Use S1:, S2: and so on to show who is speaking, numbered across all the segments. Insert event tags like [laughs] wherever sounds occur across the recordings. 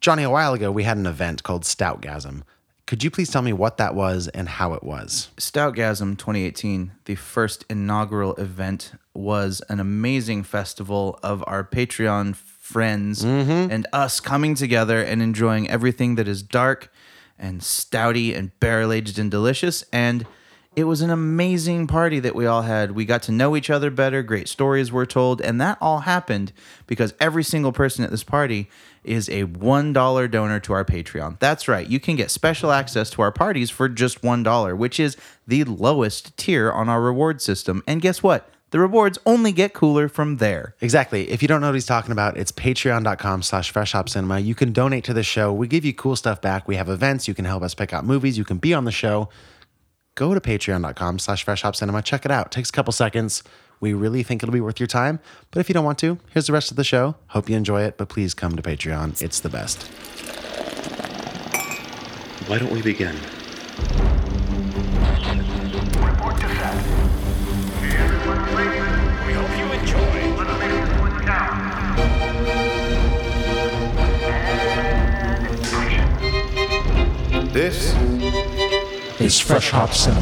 S1: Johnny, a while ago, we had an event called Stoutgasm. Could you please tell me what that was and how it was?
S2: Stoutgasm 2018, the first inaugural event, was an amazing festival of our Patreon friends and us coming together and enjoying everything that is dark and stouty and barrel aged and delicious. And it was an amazing party that we all had. We got to know each other better, great stories were told, and that all happened because every single person at this party is a $1 donor to our Patreon. That's right. You can get special access to our parties for just $1, which is the lowest tier on our reward system. And guess what? The rewards only get cooler from there.
S1: Exactly. If you don't know what he's talking about, it's patreon.com slash freshhopcinema. You can donate to the show. We give you cool stuff back. We have events. You can help us pick out movies. You can be on the show. Go to patreon.com slash freshhopcinema. Check it out. takes a couple seconds. We really think it'll be worth your time. But if you don't want to, here's the rest of the show. Hope you enjoy it, but please come to Patreon. It's the best.
S3: Why don't we begin?
S4: Report to set. Hey everyone, please. We hope you enjoy. Let's make this one count. And action.
S5: This
S1: It's Fresh Hop Cinema.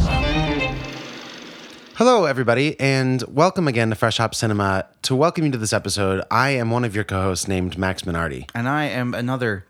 S1: Hello, everybody, and welcome again to Fresh Hop Cinema. To welcome you to this episode, I am one of your co hosts named Max Minardi.
S2: And I am another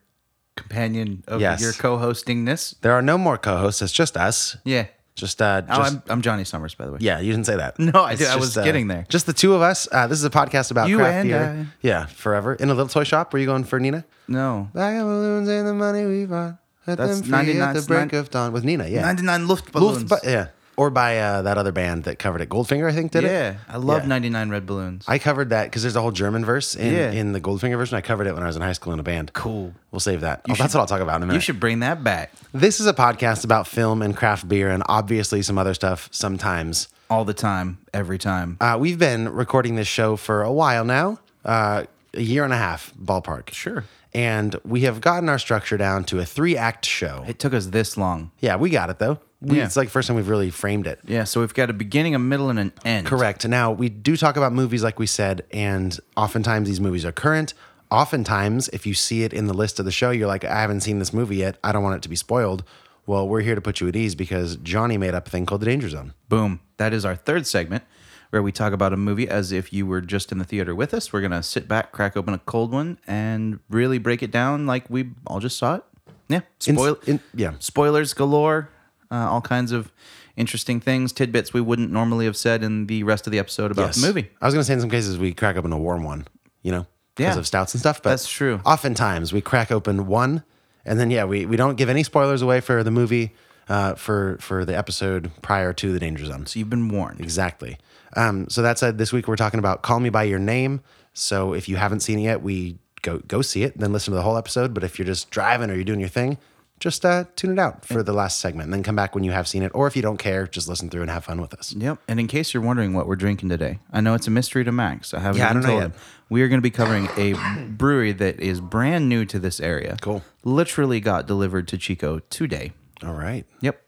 S2: companion of
S1: Yes.
S2: your co hostingness.
S1: There are no more co hosts, it's just us.
S2: Yeah.
S1: Just, uh, just
S2: Oh, I'm, I'm Johnny Summers, by the way.
S1: Yeah, you didn't say that.
S2: No, I
S1: It's
S2: did. I
S1: just,
S2: was
S1: uh,
S2: getting there.
S1: Just the two of us. Uh, this is a podcast about
S2: You
S1: craft
S2: and
S1: beer.
S2: I.
S1: Yeah, forever in a little toy shop. Were you going for Nina?
S2: No.
S1: Buy our balloons and the money we bought. Let
S2: That's
S1: them free at
S2: 99
S1: the break of dawn with Nina. Yeah,
S2: 99 Luft
S1: Luft-
S2: balloons.
S1: but- yeah, or by uh, that other band that covered it, Goldfinger. I think did it.
S2: yeah. I love
S1: Yeah.
S2: 99 red balloons.
S1: I oh, covered that because there's a whole German verse in,
S2: Yeah.
S1: in the Goldfinger version. I covered it when I was in high school in a band.
S2: Cool.
S1: We'll save that. Oh, that's what I'll talk about in a minute.
S2: you should bring that back
S1: This is a podcast about film and craft beer and obviously some other stuff sometimes.
S2: all the time, every time.
S1: Uh, we've been recording this show for a while now, uh, a year and a half ballpark.
S2: Sure.
S1: And we have gotten our structure down to a three act show.
S2: It took us this long.
S1: Yeah, we got it though. We,
S2: Yeah.
S1: It's like first time we've really framed it.
S2: Yeah, so we've got a beginning, a middle, and an end.
S1: Correct. Now, we do talk about movies, like we said, and oftentimes these movies are current. Oftentimes, if you see it in the list of the show, you're like, I haven't seen this movie yet. I don't want it to be spoiled. Well, we're here to put you at ease because Johnny made up a thing called the Danger Zone.
S2: Boom. That is our third segment where we talk about a movie as if you were just in the theater with us. We're going to sit back, crack open a cold one, and really break it down like we all just saw it. Yeah.
S1: In-
S2: Spoil-
S1: in- yeah.
S2: spoilers galore, uh, all kinds of interesting things, tidbits we wouldn't normally have said in the rest of the episode about the Oh, movie.
S1: I was going to say in some cases we crack open a warm one, you know, because
S2: Yeah.
S1: of stouts and stuff. But
S2: That's true.
S1: Oftentimes we crack open one, and then yeah, we, we don't give any spoilers away for the movie, uh, for for the episode prior to the Danger Zone.
S2: So you've been warned.
S1: Exactly. Um, so that said, this week we're talking about "Call Me by Your Name." So if you haven't seen it yet, we go go see it, then listen to the whole episode. But if you're just driving or you're doing your thing, just uh, tune it out for the last segment, and then come back when you have seen it. Or if you don't care, just listen through and have fun with us.
S2: Yep. And in case you're wondering what we're drinking today, I know it's a mystery to Max. I haven't
S1: Yeah, I don't
S2: even
S1: know
S2: told him.
S1: yet.
S2: We are going to be covering
S1: [coughs]
S2: a brewery that is brand new to this area.
S1: Cool.
S2: Literally got delivered to Chico today.
S1: All right.
S2: Yep.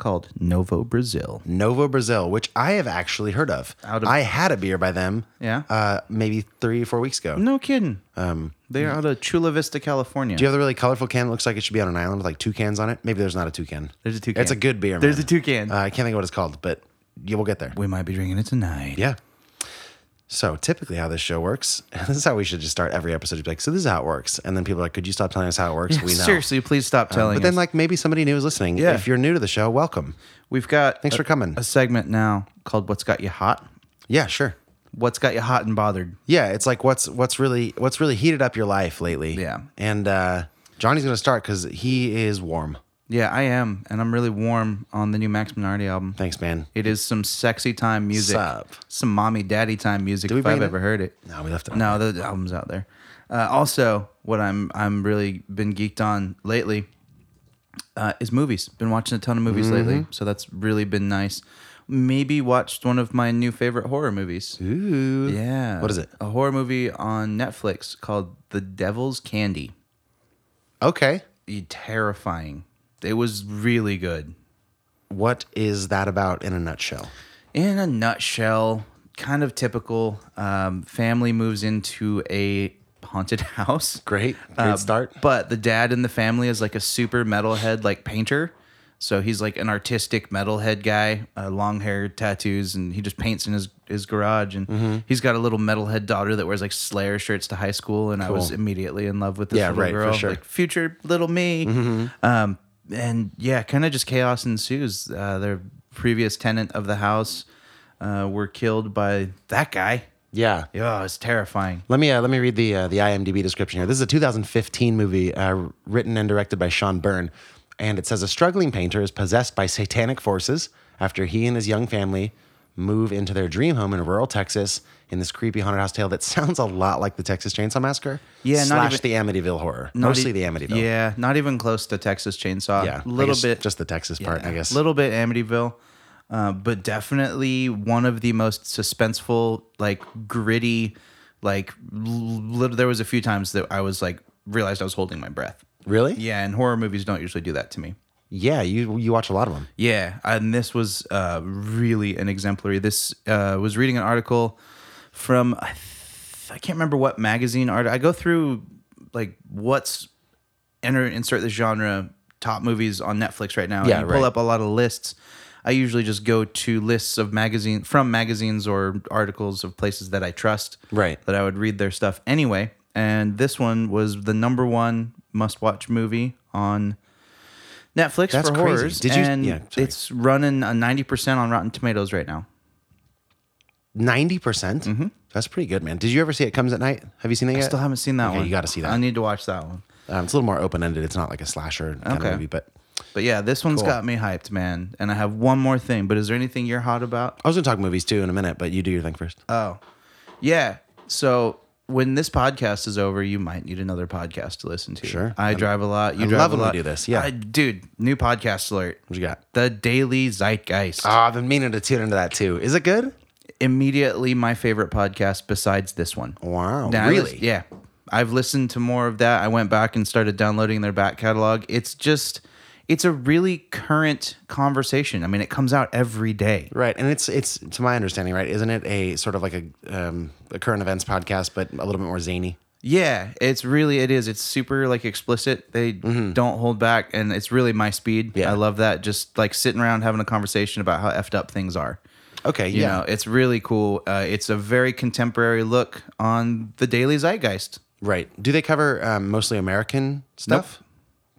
S2: Called Novo Brazil.
S1: Novo Brazil, which I have actually heard of.
S2: Out of-
S1: I had a beer by them.
S2: Yeah?
S1: Uh, maybe three or four weeks ago.
S2: No kidding. Um, they are out of Chula Vista, California.
S1: Do you have the really colorful can? It looks like it should be on an island with like two cans on it. Maybe there's not a two can.
S2: There's a toucan.
S1: It's a good beer.
S2: There's
S1: man.
S2: a toucan.
S1: Uh, I can't think of what it's called, but you will get there.
S2: we might be drinking it tonight.
S1: Yeah. So typically, how this show works, [laughs] this is how we should just start every episode. Be like, so this is how it works, and then people are like, could you stop telling us how it works? we know. Um,
S2: Seriously, please stop telling
S1: But then,
S2: us.
S1: like, maybe somebody new is listening.
S2: Yeah.
S1: If you're new to the show, welcome.
S2: We've got
S1: Thanks
S2: a-
S1: for coming.
S2: a segment now called What's Got You Hot?
S1: Yeah, sure.
S2: What's Got You Hot and Bothered?
S1: Yeah, it's like what's what's really what's really heated up your life lately.
S2: Yeah.
S1: and uh, Johnny's gonna start because he is warm.
S2: Yeah, I am. And I'm really warm on the new Max Minardi album.
S1: Thanks, man.
S2: It is some sexy time music.
S1: Sup.
S2: Some mommy daddy time music
S1: we
S2: if
S1: bring
S2: I've
S1: it
S2: ever
S1: in?
S2: heard it.
S1: No, we left it.
S2: No, the album's out there. Uh, also, what I'm I'm really been geeked on lately uh, is movies. Been watching a ton of movies
S1: Mm-hmm.
S2: lately, so that's really been nice. Maybe watched one of my new favorite horror movies.
S1: Ooh.
S2: Yeah.
S1: What is it?
S2: A horror movie on Netflix called The Devil's Candy.
S1: Okay.
S2: Terrifying. It was really good.
S1: What is that about in a nutshell?
S2: in a nutshell, kind of typical. Um, family moves into a haunted [laughs] house.
S1: Great. Great
S2: Uh,
S1: start.
S2: But the dad in the family is like a super metalhead, like painter. So he's like an artistic metalhead guy, uh, long hair, tattoos, and he just paints in his, his garage. And
S1: Mm-hmm.
S2: he's got a little metalhead daughter that wears like Slayer shirts to high school. And I was
S1: Cool.
S2: immediately in love with this
S1: Yeah,
S2: little
S1: right, for
S2: girl,
S1: sure. Mm-hmm.
S2: like future little me. Um, and yeah, kind of just chaos ensues. Uh, their previous tenant of the house uh, were killed by that guy.
S1: Yeah.
S2: Yeah, it's terrifying.
S1: Let me uh, let me read the uh, the IMDb description here. This is a 2015 movie uh, written and directed by Sean Byrne, and it says a struggling painter is possessed by satanic forces after he and his young family move into their dream home in rural Texas in this creepy haunted house tale that [laughs] sounds a lot like the Texas Chainsaw Massacre.
S2: Yeah, not
S1: slash
S2: even-
S1: the Amityville horror,
S2: Not
S1: mostly
S2: e-
S1: the Amityville.
S2: Yeah, not even close to Texas Chainsaw.
S1: yeah,
S2: a
S1: I
S2: little
S1: guess
S2: bit.
S1: just the Texas part, I guess.
S2: A little bit Amityville, uh, but definitely one of the most suspenseful, like gritty, like l- lit- there was a few times that I was like realized I was holding my breath.
S1: really?
S2: Yeah, and horror movies don't usually do that to me.
S1: yeah. You you watch a lot of them.
S2: Yeah, and this was uh, really an exemplary. This uh, was reading an article from I, th- I can't remember what magazine art. I go through like what's enter insert the genre top movies on Netflix right now. and
S1: Yeah,
S2: you pull
S1: right.
S2: up a lot of lists. I usually just go to lists of magazine from magazines or articles of places that I trust.
S1: Right.
S2: That I would read their stuff anyway. And this one was the number one must watch movie on Netflix
S1: That's
S2: for
S1: crazy.
S2: horrors.
S1: Did you-
S2: and
S1: yeah, sorry.
S2: it's running a ninety percent on Rotten Tomatoes right now.
S1: Ninety percent. That's pretty good, man. Did you ever see It Comes at Night? Have you seen that
S2: Mm-hmm. I
S1: yet?
S2: still haven't seen that
S1: Okay,
S2: one.
S1: you gotta see that.
S2: I need to watch that one.
S1: Um, it's a little more open ended. It's not like a slasher kind
S2: Okay.
S1: of movie, but
S2: But yeah, this one's
S1: Cool.
S2: got me hyped, man. And I have one more thing. But is there anything you're hot about?
S1: I was gonna talk movies too in a minute, but you do your thing first.
S2: Oh, yeah. So when this podcast is over, you might need another podcast to listen to.
S1: Sure.
S2: I drive a lot. You
S1: I
S2: drive
S1: love
S2: a
S1: when we
S2: lot.
S1: do this, yeah.
S2: I- dude, new podcast alert.
S1: what you got?
S2: The Daily Zeitgeist.
S1: Ah, I've been meaning to tune into that too. Is it good?
S2: Immediately my favorite podcast besides this one.
S1: Wow,
S2: Now, I
S1: really?
S2: lis- yeah. I've listened to more of that. I went back and started downloading their back catalog. It's just, it's a really current conversation. I mean, it comes out every day.
S1: Right, and it's it's to my understanding, right? Isn't it a sort of like a, um, a current events podcast, but a little bit more zany?
S2: Yeah, it's really it is. It's super like explicit. They don't hold back, and it's really my speed.
S1: Mm-hmm. Yeah.
S2: I love that. Just like sitting around having a conversation about how effed up things are.
S1: Okay,
S2: You
S1: yeah,
S2: know, it's really cool. Uh, it's a very contemporary look on the daily zeitgeist
S1: right. Do they cover um, mostly American stuff?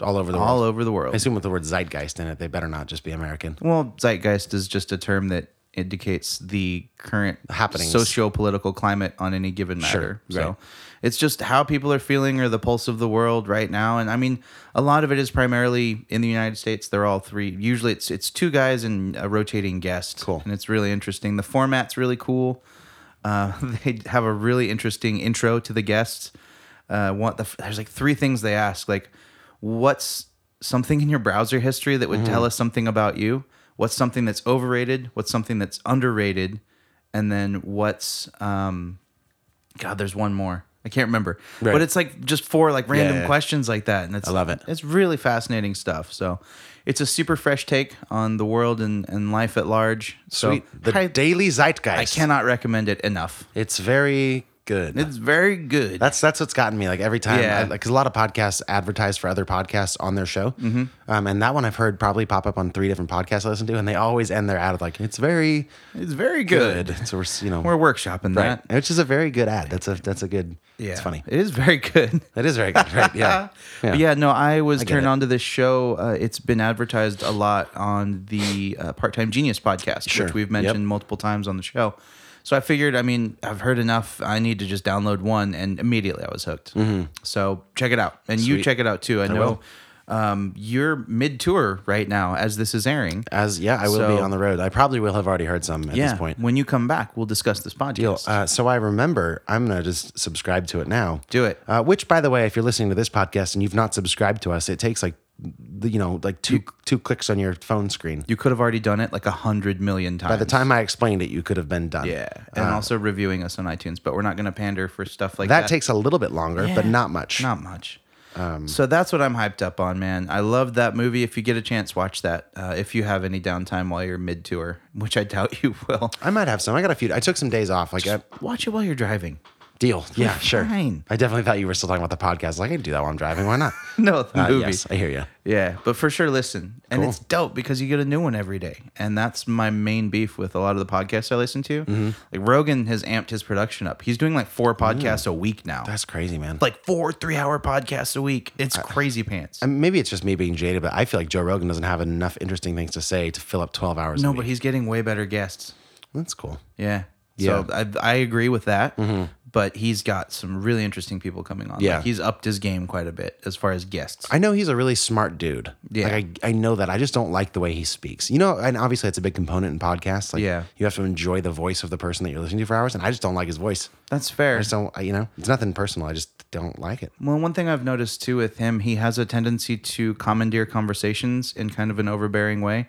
S1: All over the world.
S2: all over the world.
S1: I assume with the word zeitgeist in it, they better not just be American.
S2: Well, zeitgeist is just a term that indicates the current
S1: Happenings.
S2: socio-political climate on any given matter.
S1: Sure, right.
S2: So it's just how people are feeling or the pulse of the world right now. And I mean, a lot of it is primarily in the United States. They're all three. Usually it's it's two guys and a rotating guest.
S1: Cool.
S2: And it's really interesting. The format's really cool. Uh, [laughs] they have a really interesting intro to the guests. Uh, want the, there's like three things they ask like, what's something in your browser history that would
S1: Mm-hmm.
S2: tell us something about you? What's something that's overrated? What's something that's underrated? And then what's um, God? There's one more. I can't remember,
S1: Right.
S2: but it's like just four like random
S1: yeah.
S2: questions like that, and it's I
S1: love it.
S2: It's really fascinating stuff. So, it's a super fresh take on the world and, and life at large.
S1: Sweet.
S2: So,
S1: the
S2: I-
S1: Daily
S2: I
S1: Zeitgeist.
S2: cannot recommend it enough.
S1: It's very good.
S2: It's very good.
S1: That's that's what's gotten me. Like every time,
S2: Yeah.
S1: because a lot of podcasts advertise for other podcasts on their show,
S2: Mm-hmm.
S1: um, and that one I've heard probably pop up on three different podcasts I listen to, and they always end their ad with like, "It's very
S2: it's very good.
S1: good." So we're s- you know
S2: We're workshopping
S1: right,
S2: that.
S1: which is a very good ad. That's a that's a good. Yeah, it's funny.
S2: It is very good.
S1: That is very good.
S2: [laughs]
S1: Right? Yeah.
S2: Yeah. yeah, no, I was
S1: get
S2: turned
S1: it.
S2: on to this show. Uh, it's been advertised a lot on the uh, Part Time Genius podcast,
S1: Sure.
S2: which we've
S1: Yep.
S2: mentioned multiple times on the show. So I figured, I mean, I've heard enough. I need to just download one, and immediately I was hooked. So check it out, and you
S1: Mm-hmm. Sweet.
S2: check it out too. I, know
S1: will.
S2: um, you're mid tour right now as this is airing.
S1: As yeah, I will be
S2: So-
S1: on the road. I probably will have already heard some at
S2: yeah,
S1: this point.
S2: when you come back, we'll discuss this podcast.
S1: Deal. Uh, so I remember. I'm gonna just subscribe to it now.
S2: Do it.
S1: Uh, which, by the way, if you're listening to this podcast and you've not subscribed to us, it takes like, the- you know, like two two clicks on your phone screen.
S2: You could have already done it like a hundred million times.
S1: By the time Ah. I explained it, you could have been done.
S2: yeah, and also reviewing us on iTunes, but we're not going to pander for stuff like
S1: That
S2: that.
S1: takes Um, a little bit longer, but not much.
S2: not much. so that's what I'm hyped up on, man. I love that movie. If you get a chance, watch that. Uh, if you have any downtime while you're mid tour, which I doubt [laughs] you will,
S1: I might have some. I got a few. I took some days off. Like, I,
S2: watch it while you're driving. [laughs]
S1: Deal. Yeah, sure.
S2: fine.
S1: I definitely thought you were still talking about the podcast. Like, I can do that while I'm driving. Why
S2: [laughs]
S1: not?
S2: No, the
S1: Uh,
S2: movie.
S1: yes, I hear you.
S2: Yeah, but for sure, listen. And it's dope because you get a new one every day. And that's my main beef with a lot of the podcasts I listen to.
S1: Mm-hmm.
S2: Like Rogan has amped his production up. He's doing like four podcasts
S1: Mm.
S2: a week now.
S1: That's crazy, man.
S2: like four three hour podcasts a week. It's crazy pants.
S1: And maybe it's just me being jaded, but I feel like Joe Rogan doesn't have enough interesting things to say to fill up 12 hours.
S2: no,
S1: a
S2: but
S1: week.
S2: he's getting way better guests.
S1: That's cool.
S2: Yeah. So
S1: Yeah. Mm-hmm.
S2: I, I agree with that. But he's got some really interesting people coming on.
S1: Yeah.
S2: Like he's upped his game quite a bit as far as guests.
S1: I know he's a really smart dude.
S2: Yeah.
S1: Like I, I know that. I just don't like the way he speaks. You know, and obviously it's a big component in podcasts. Like
S2: Yeah.
S1: you have to enjoy the voice of the person that you're listening to for hours. And I just don't like his voice.
S2: That's
S1: I
S2: fair.
S1: just don't, I- you know, it's nothing personal. I just don't like it.
S2: Well, one thing I've noticed too with him, he has a tendency to commandeer conversations in kind of an overbearing way,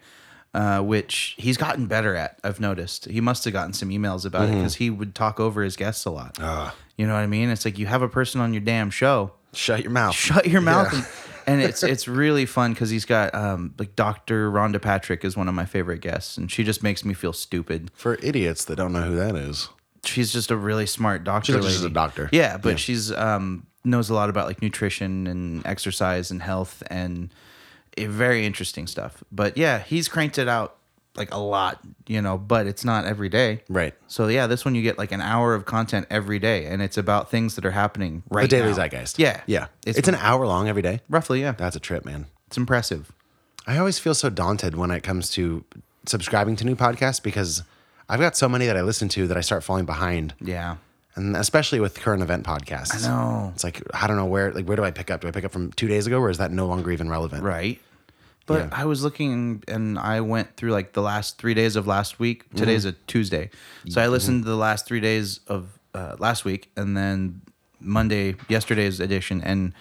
S2: uh, which he's gotten better at. I've noticed. He must have gotten some emails about
S1: Mm-hmm.
S2: it because he would talk over his guests a lot.
S1: Ah.
S2: You know what I mean? It's like you have a person on your damn show.
S1: Shut your mouth.
S2: Shut your mouth. And, and it's it's really fun because he's got um, like Dr. Rhonda Patrick is one of my favorite guests, and she just makes me feel stupid
S1: For idiots that don't know who that is.
S2: she's just a really smart doctor.
S1: She's like- she's
S2: lady.
S1: a doctor.
S2: Yeah, but
S1: Yeah.
S2: she's um knows a lot about like nutrition and exercise and health and eh, very interesting stuff. But yeah, he's cranked it out like a lot, you know, but it's not every day.
S1: Right.
S2: So yeah, this one you get like an hour of content every day and it's about things that are happening right
S1: the Daily
S2: now.
S1: Zeitgeist.
S2: Yeah.
S1: Yeah. It's,
S2: It's,
S1: an hour long every day.
S2: roughly, yeah.
S1: That's a trip, man.
S2: It's impressive.
S1: I always feel so daunted when it comes to subscribing to new podcasts because I've got so many that I listen to that I start falling behind.
S2: Yeah.
S1: and especially with current event podcasts. I
S2: know.
S1: It's like I don't know where like where do I pick up? Do I pick up from two days ago, or is that no longer even relevant?
S2: Right. But
S1: Yeah.
S2: I was looking and I went through like the last three days of last week. Today's
S1: Mm-hmm.
S2: a Tuesday. So I listened to the last three days of uh, last week and then Monday, yesterday's edition. And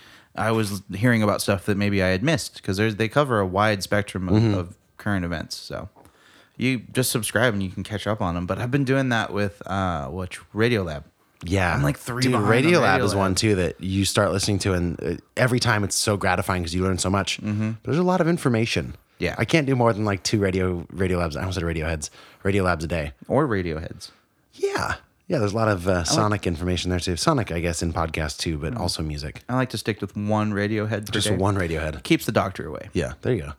S2: I was hearing about stuff that maybe I had missed because they cover a wide spectrum of,
S1: Mm-hmm.
S2: of current events. So you just subscribe and you can catch up on them. But I've been doing that with, uh, which Radiolab.
S1: Yeah,
S2: I'm like three
S1: Dude,
S2: behind on
S1: Radio Lab is
S2: Radiolab.
S1: one too that you start listening to, and uh, every time it's so gratifying because you learn so much. But there's a lot of information.
S2: Mm-hmm. Yeah.
S1: I can't do more than like two radio Radio Labs. I almost said Radio Heads. Radio Labs a day.
S2: Or Radioheads.
S1: Yeah, yeah. There's a lot of uh, Sonic information there too. Sonic, I guess, in podcast too, but also music.
S2: I like to stick with one Radiohead. Mm. Per
S1: Just
S2: day.
S1: one Radiohead.
S2: Keeps the doctor away.
S1: Yeah, there you go.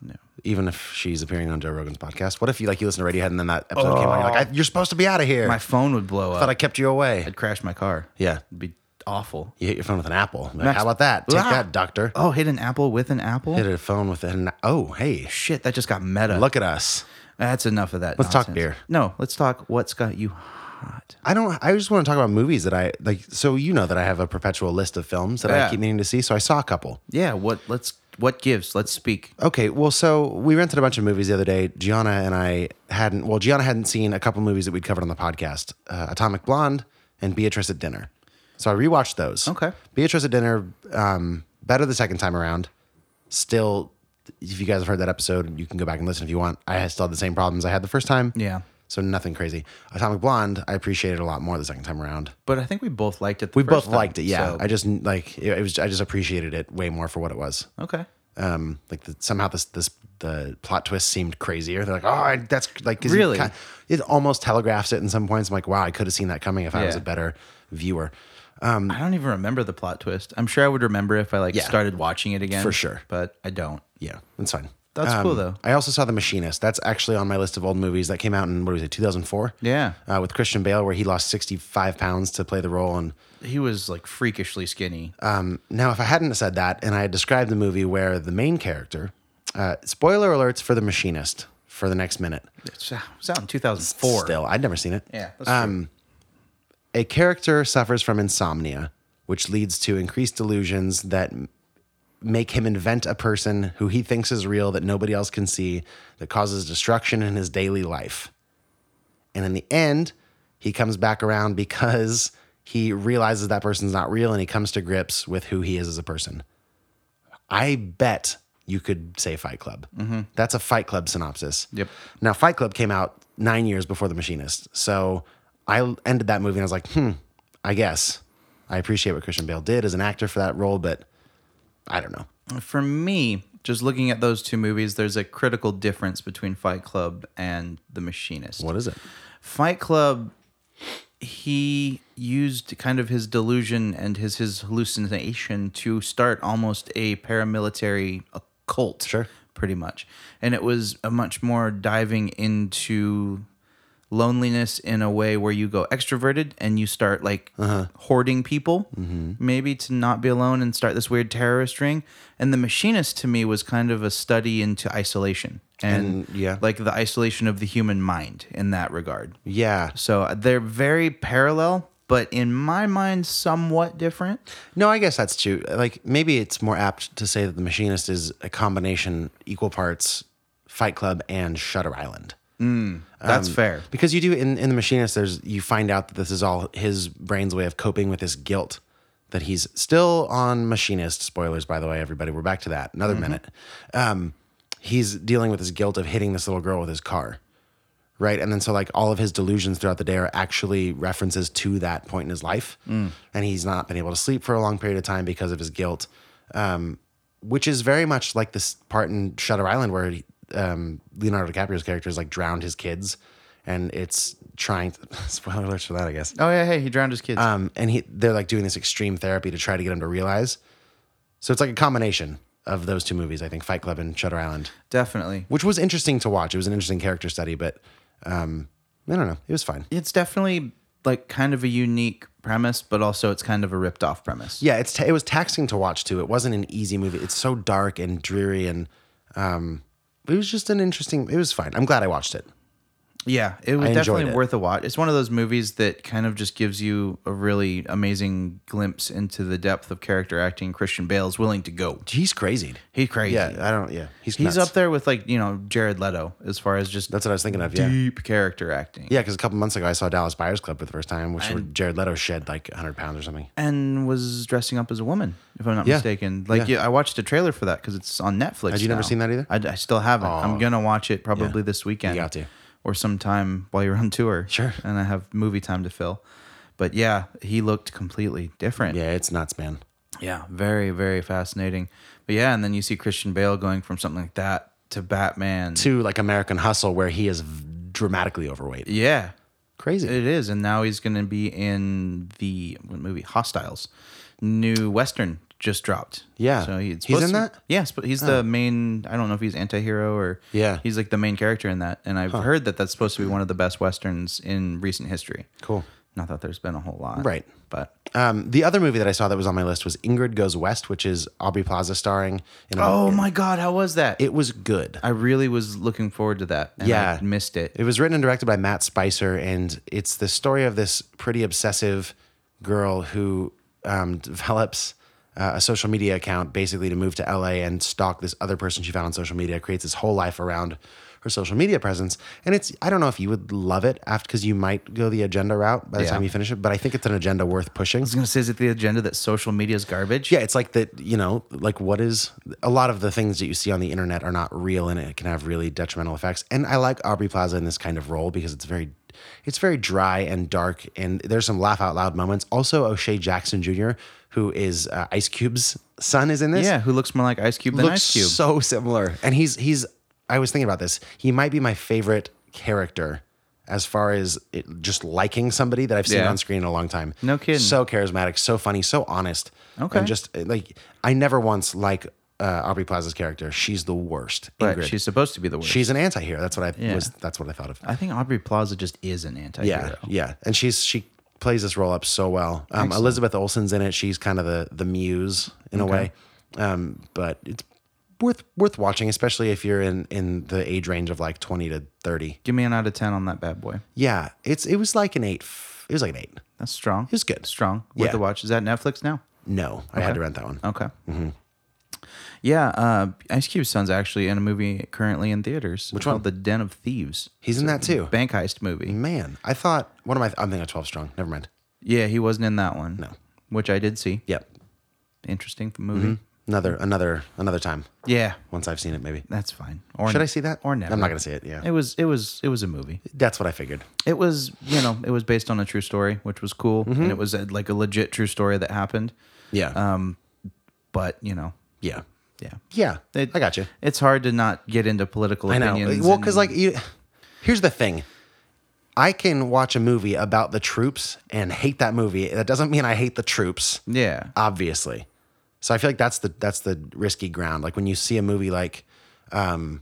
S1: Even if she's appearing on Joe Rogan's podcast, what if you like you listen to Radiohead and then that episode came on? You're like, I, you're supposed to be out of here.
S2: Oh. My phone would blow up.
S1: thought I kept you away.
S2: I'd crash my car.
S1: Yeah.
S2: It'd be awful.
S1: You hit your phone with an apple. Like,
S2: Max-
S1: How about that? Take
S2: Ah!
S1: that, doctor.
S2: Oh, hit an apple with an apple?
S1: Hit a phone with an. Oh, hey,
S2: Shit, that just got meta.
S1: look at us.
S2: that's enough of that.
S1: Let's talk
S2: nonsense.
S1: beer.
S2: No, let's talk what's got you hot.
S1: I don't. I just want to talk about movies that I like. So you know that I have a perpetual list of films that I
S2: Yeah.
S1: keep needing to see. So I saw a couple.
S2: Yeah, what let's what gives? Let's speak.
S1: Okay, well, so we rented a bunch of movies the other day. Gianna and I hadn't. Well, Gianna hadn't seen a couple movies that we'd covered on the podcast: uh, Atomic Blonde and Beatrice at Dinner. So I rewatched those.
S2: Okay.
S1: Beatrice at Dinner, um, better the second time around. Still, if you guys have heard that episode, you can go back and listen if you want. I still had the same problems I had the first time.
S2: Yeah.
S1: So nothing crazy. Atomic Blonde, I appreciated a lot more the second time around.
S2: But I think we both liked it the
S1: We
S2: first
S1: both
S2: time,
S1: liked it. Yeah.
S2: so-
S1: I just like it, it was. I just appreciated it way more for what it was
S2: okay.
S1: um, like the, somehow this this the plot twist seemed crazier. They're like, oh, I- that's like 'cause you
S2: Really?
S1: ki- it almost telegraphs it in some points. I'm like, wow, I could have seen that coming if I was
S2: Yeah.
S1: a better viewer.
S2: I don't even remember the plot twist. I'm sure I would remember if I like
S1: Um, Yeah.
S2: started watching it again.
S1: For sure.
S2: But I don't.
S1: Yeah, that's fine. Um,
S2: That's cool, though.
S1: I also saw The Machinist. That's actually on my list of old movies that came out in what was it, 2004?
S2: Yeah.
S1: uh, with Christian Bale, where he lost 65 pounds to play the role, and
S2: He was like freakishly skinny.
S1: uh, Now, if I hadn't said that and I had described the movie where the main character, uh, spoiler alerts for The Machinist for the next minute.
S2: It's- uh, it was out in 2004.
S1: Still, Um, I'd never seen it.
S2: Yeah. that's true.
S1: a character suffers from insomnia, which leads to increased delusions that m- make him invent a person who he thinks is real that nobody else can see that causes destruction in his daily life. And in the end, he comes back around because he realizes that person's not real and he comes to grips with who he is as a person. I bet you could say Fight Club. That's a Fight Club synopsis.
S2: Yep.
S1: Now, Fight Club came out nine years before The Machinist. So I ended that movie and I was like, hmm, I guess. I appreciate what Christian Bale did as an actor for that role, but I don't know.
S2: for me, just looking at those two movies, there's a critical difference between Fight Club and The Machinist.
S1: What is it?
S2: Fight Club he used kind of his delusion and his his hallucination to start almost a paramilitary uh, cult
S1: Sure.
S2: pretty much and it was a much more diving into loneliness in a way where you go extroverted and you start like
S1: Uh-huh.
S2: hoarding people
S1: Mm-hmm.
S2: maybe to not be alone and start this weird terrorist ring and the machinist to me was kind of a study into isolation and,
S1: And, yeah.
S2: like the isolation of the human mind in that regard
S1: Yeah.
S2: so uh, they're very parallel, but in my mind, somewhat different.
S1: No, I guess that's true. Like maybe it's more apt to say that the machinist is a combination equal parts Fight Club and Shutter Island.
S2: That's fair.
S1: Because you do in, in the machinist, there's you find out that this is all his brain's way of coping with this guilt that he's still on machinist. Spoilers, by the way, everybody. We're back to that. Another minute. Um, he's dealing with this guilt of hitting this little girl with his car. Right. And then so like all of his delusions throughout the day are actually references to that point in his life. And he's not been able to sleep for a long period of time because of his guilt. Um, which is very much like this part in Shutter Island where he, um, Leonardo DiCaprio's character is like drowned his kids, and it's trying. To, [laughs] spoiler alerts for that, I guess.
S2: Oh yeah, hey, he drowned his kids.
S1: Um, and he they're like doing this extreme therapy to try to get him to realize. So it's like a combination of those two movies, I think, Fight Club and Shutter Island,
S2: definitely.
S1: which was interesting to watch. It was an interesting character study, but um, I don't know, it was fine.
S2: It's definitely like kind of a unique premise, but also it's kind of a ripped off premise.
S1: Yeah, it's ta it was taxing to watch too. It wasn't an easy movie. It's so dark and dreary, and um, it was just an interesting. It was fine. I'm glad I watched it.
S2: Yeah, it was
S1: I enjoyed
S2: definitely
S1: it.
S2: worth a watch. It's one of those movies that kind of just gives you a really amazing glimpse into the depth of character acting Christian Bale's willing to go.
S1: He's crazy.
S2: He's crazy.
S1: Yeah, I don't. Yeah, he's
S2: He's
S1: nuts.
S2: up there with like, you know, Jared Leto as far as just
S1: That's what I was thinking of. Yeah,
S2: deep character acting.
S1: yeah. Because a couple months ago, I saw Dallas Buyers Club for the first time, which where Jared Leto shed like 100 pounds or something.
S2: and was dressing up as a woman, if I'm not
S1: Yeah.
S2: mistaken. Like
S1: Yeah.
S2: yeah, I watched a trailer for that because it's on Netflix.
S1: Had you never
S2: now.
S1: seen that either?
S2: I, I still haven't.
S1: Oh.
S2: I'm gonna watch it probably this weekend.
S1: You got to.
S2: or sometime while you're on tour.
S1: Sure.
S2: And I have movie time to fill. But yeah, he looked completely different.
S1: Yeah, it's nuts, man.
S2: Yeah, very very fascinating. But yeah, and then you see Christian Bale going from something like that to Batman.
S1: To like American Hustle, where he is v- dramatically overweight.
S2: yeah,
S1: Crazy.
S2: it is. And now he's gonna be in the what movie Hostiles, new western just dropped.
S1: Yeah.
S2: so he-
S1: He's
S2: it's supposed
S1: in
S2: to-
S1: that? Oh.
S2: Yes, but he's the main. I don't know if he's anti-hero or
S1: Yeah.
S2: he's like the main character in that. And I've heard that that's supposed to be one of the best westerns in recent history.
S1: Cool.
S2: Not that there's been a whole lot,
S1: Right.
S2: But
S1: Um, the other movie that I saw that was on my list was Ingrid Goes West, which is Aubrey Plaza starring. In a,
S2: oh my god, how was that?
S1: it was good.
S2: I really was looking forward to that. And
S1: Yeah.
S2: I missed it.
S1: It was written and directed by Matt Spicer, and it's the story of this pretty obsessive girl who um, develops uh, a social media account basically to move to LA and stalk this other person she found on social media, creates this whole life around her social media presence. And it's, I don't know if you would love it after, because you might go the agenda route by the
S2: Yeah.
S1: time you finish it, but I think it's an agenda worth pushing.
S2: I was gonna say, is it the agenda that social media is garbage?
S1: Yeah, it's like that, you know, like what is a lot of the things that you see on the internet are not real and it can have really detrimental effects. And I like Aubrey Plaza in this kind of role because it's very it's very dry and dark and there's some laugh out loud moments. Also O'Shea Jackson Jr., who is uh, Ice Cube's son is in this.
S2: Yeah, who looks more like Ice Cube than
S1: Looks
S2: Ice Cube?
S1: so similar. And he's he's I was thinking about this. He might be my favorite character as far as it, just liking somebody that I've seen
S2: Yeah.
S1: on screen in a long time.
S2: No kidding.
S1: So charismatic, so funny, so honest.
S2: Okay.
S1: And just uh, like I never once like uh, Aubrey Plaza's character. She's the worst. Ingrid.
S2: But she's
S1: she's
S2: supposed to be the worst.
S1: an anti-hero. That's what I
S2: Yeah.
S1: was that's what I thought of.
S2: I think Aubrey Plaza just is an
S1: yeah.
S2: anti-hero.
S1: Yeah. And she's she plays this role up so well. Um, Elizabeth Olsen's in it. She's kind of the the muse in a way. Um, but it's worth worth watching, especially if you're in in the age range of like 20 to 30.
S2: Give me an out of 10 on that bad boy.
S1: Yeah. It's it was like an 8. f- It was like an 8.
S2: That's strong.
S1: was good.
S2: Strong. Worth
S1: Yeah.
S2: the watch. Is that Netflix now?
S1: No, I had to rent that one.
S2: Okay.
S1: Mm-hmm.
S2: Yeah, uh, Ice Cube's son's actually in a movie currently in theaters. Which
S1: one? Mm-hmm.
S2: The Den of Thieves.
S1: He's in that too.
S2: Bank heist movie.
S1: Man, I thought what am I I'm thinking of 12 strong. Never mind.
S2: Yeah, he wasn't in that one.
S1: No.
S2: Which I did see.
S1: Yep.
S2: Interesting movie.
S1: Another another another time.
S2: Yeah,
S1: Once I've seen it maybe.
S2: that's fine. Or
S1: Should I see that?
S2: Or never.
S1: I'm not going to see it. Yeah.
S2: It was it was it was a movie.
S1: That's what I figured.
S2: It was you know it was based on a true story, which was cool,
S1: Mm-hmm.
S2: and it was a, like a legit true story that happened.
S1: Yeah.
S2: Um, but you know,
S1: yeah.
S2: yeah,
S1: Yeah.
S2: It-
S1: I got you.
S2: It's hard to not get into political
S1: I
S2: opinions.
S1: know. Well, because
S2: and-
S1: like you, here's the thing. I can watch a movie about the troops and hate that movie. That doesn't mean I hate the troops,
S2: Yeah.
S1: obviously. So I feel like that's the that's the risky ground. Like when you see a movie like, um,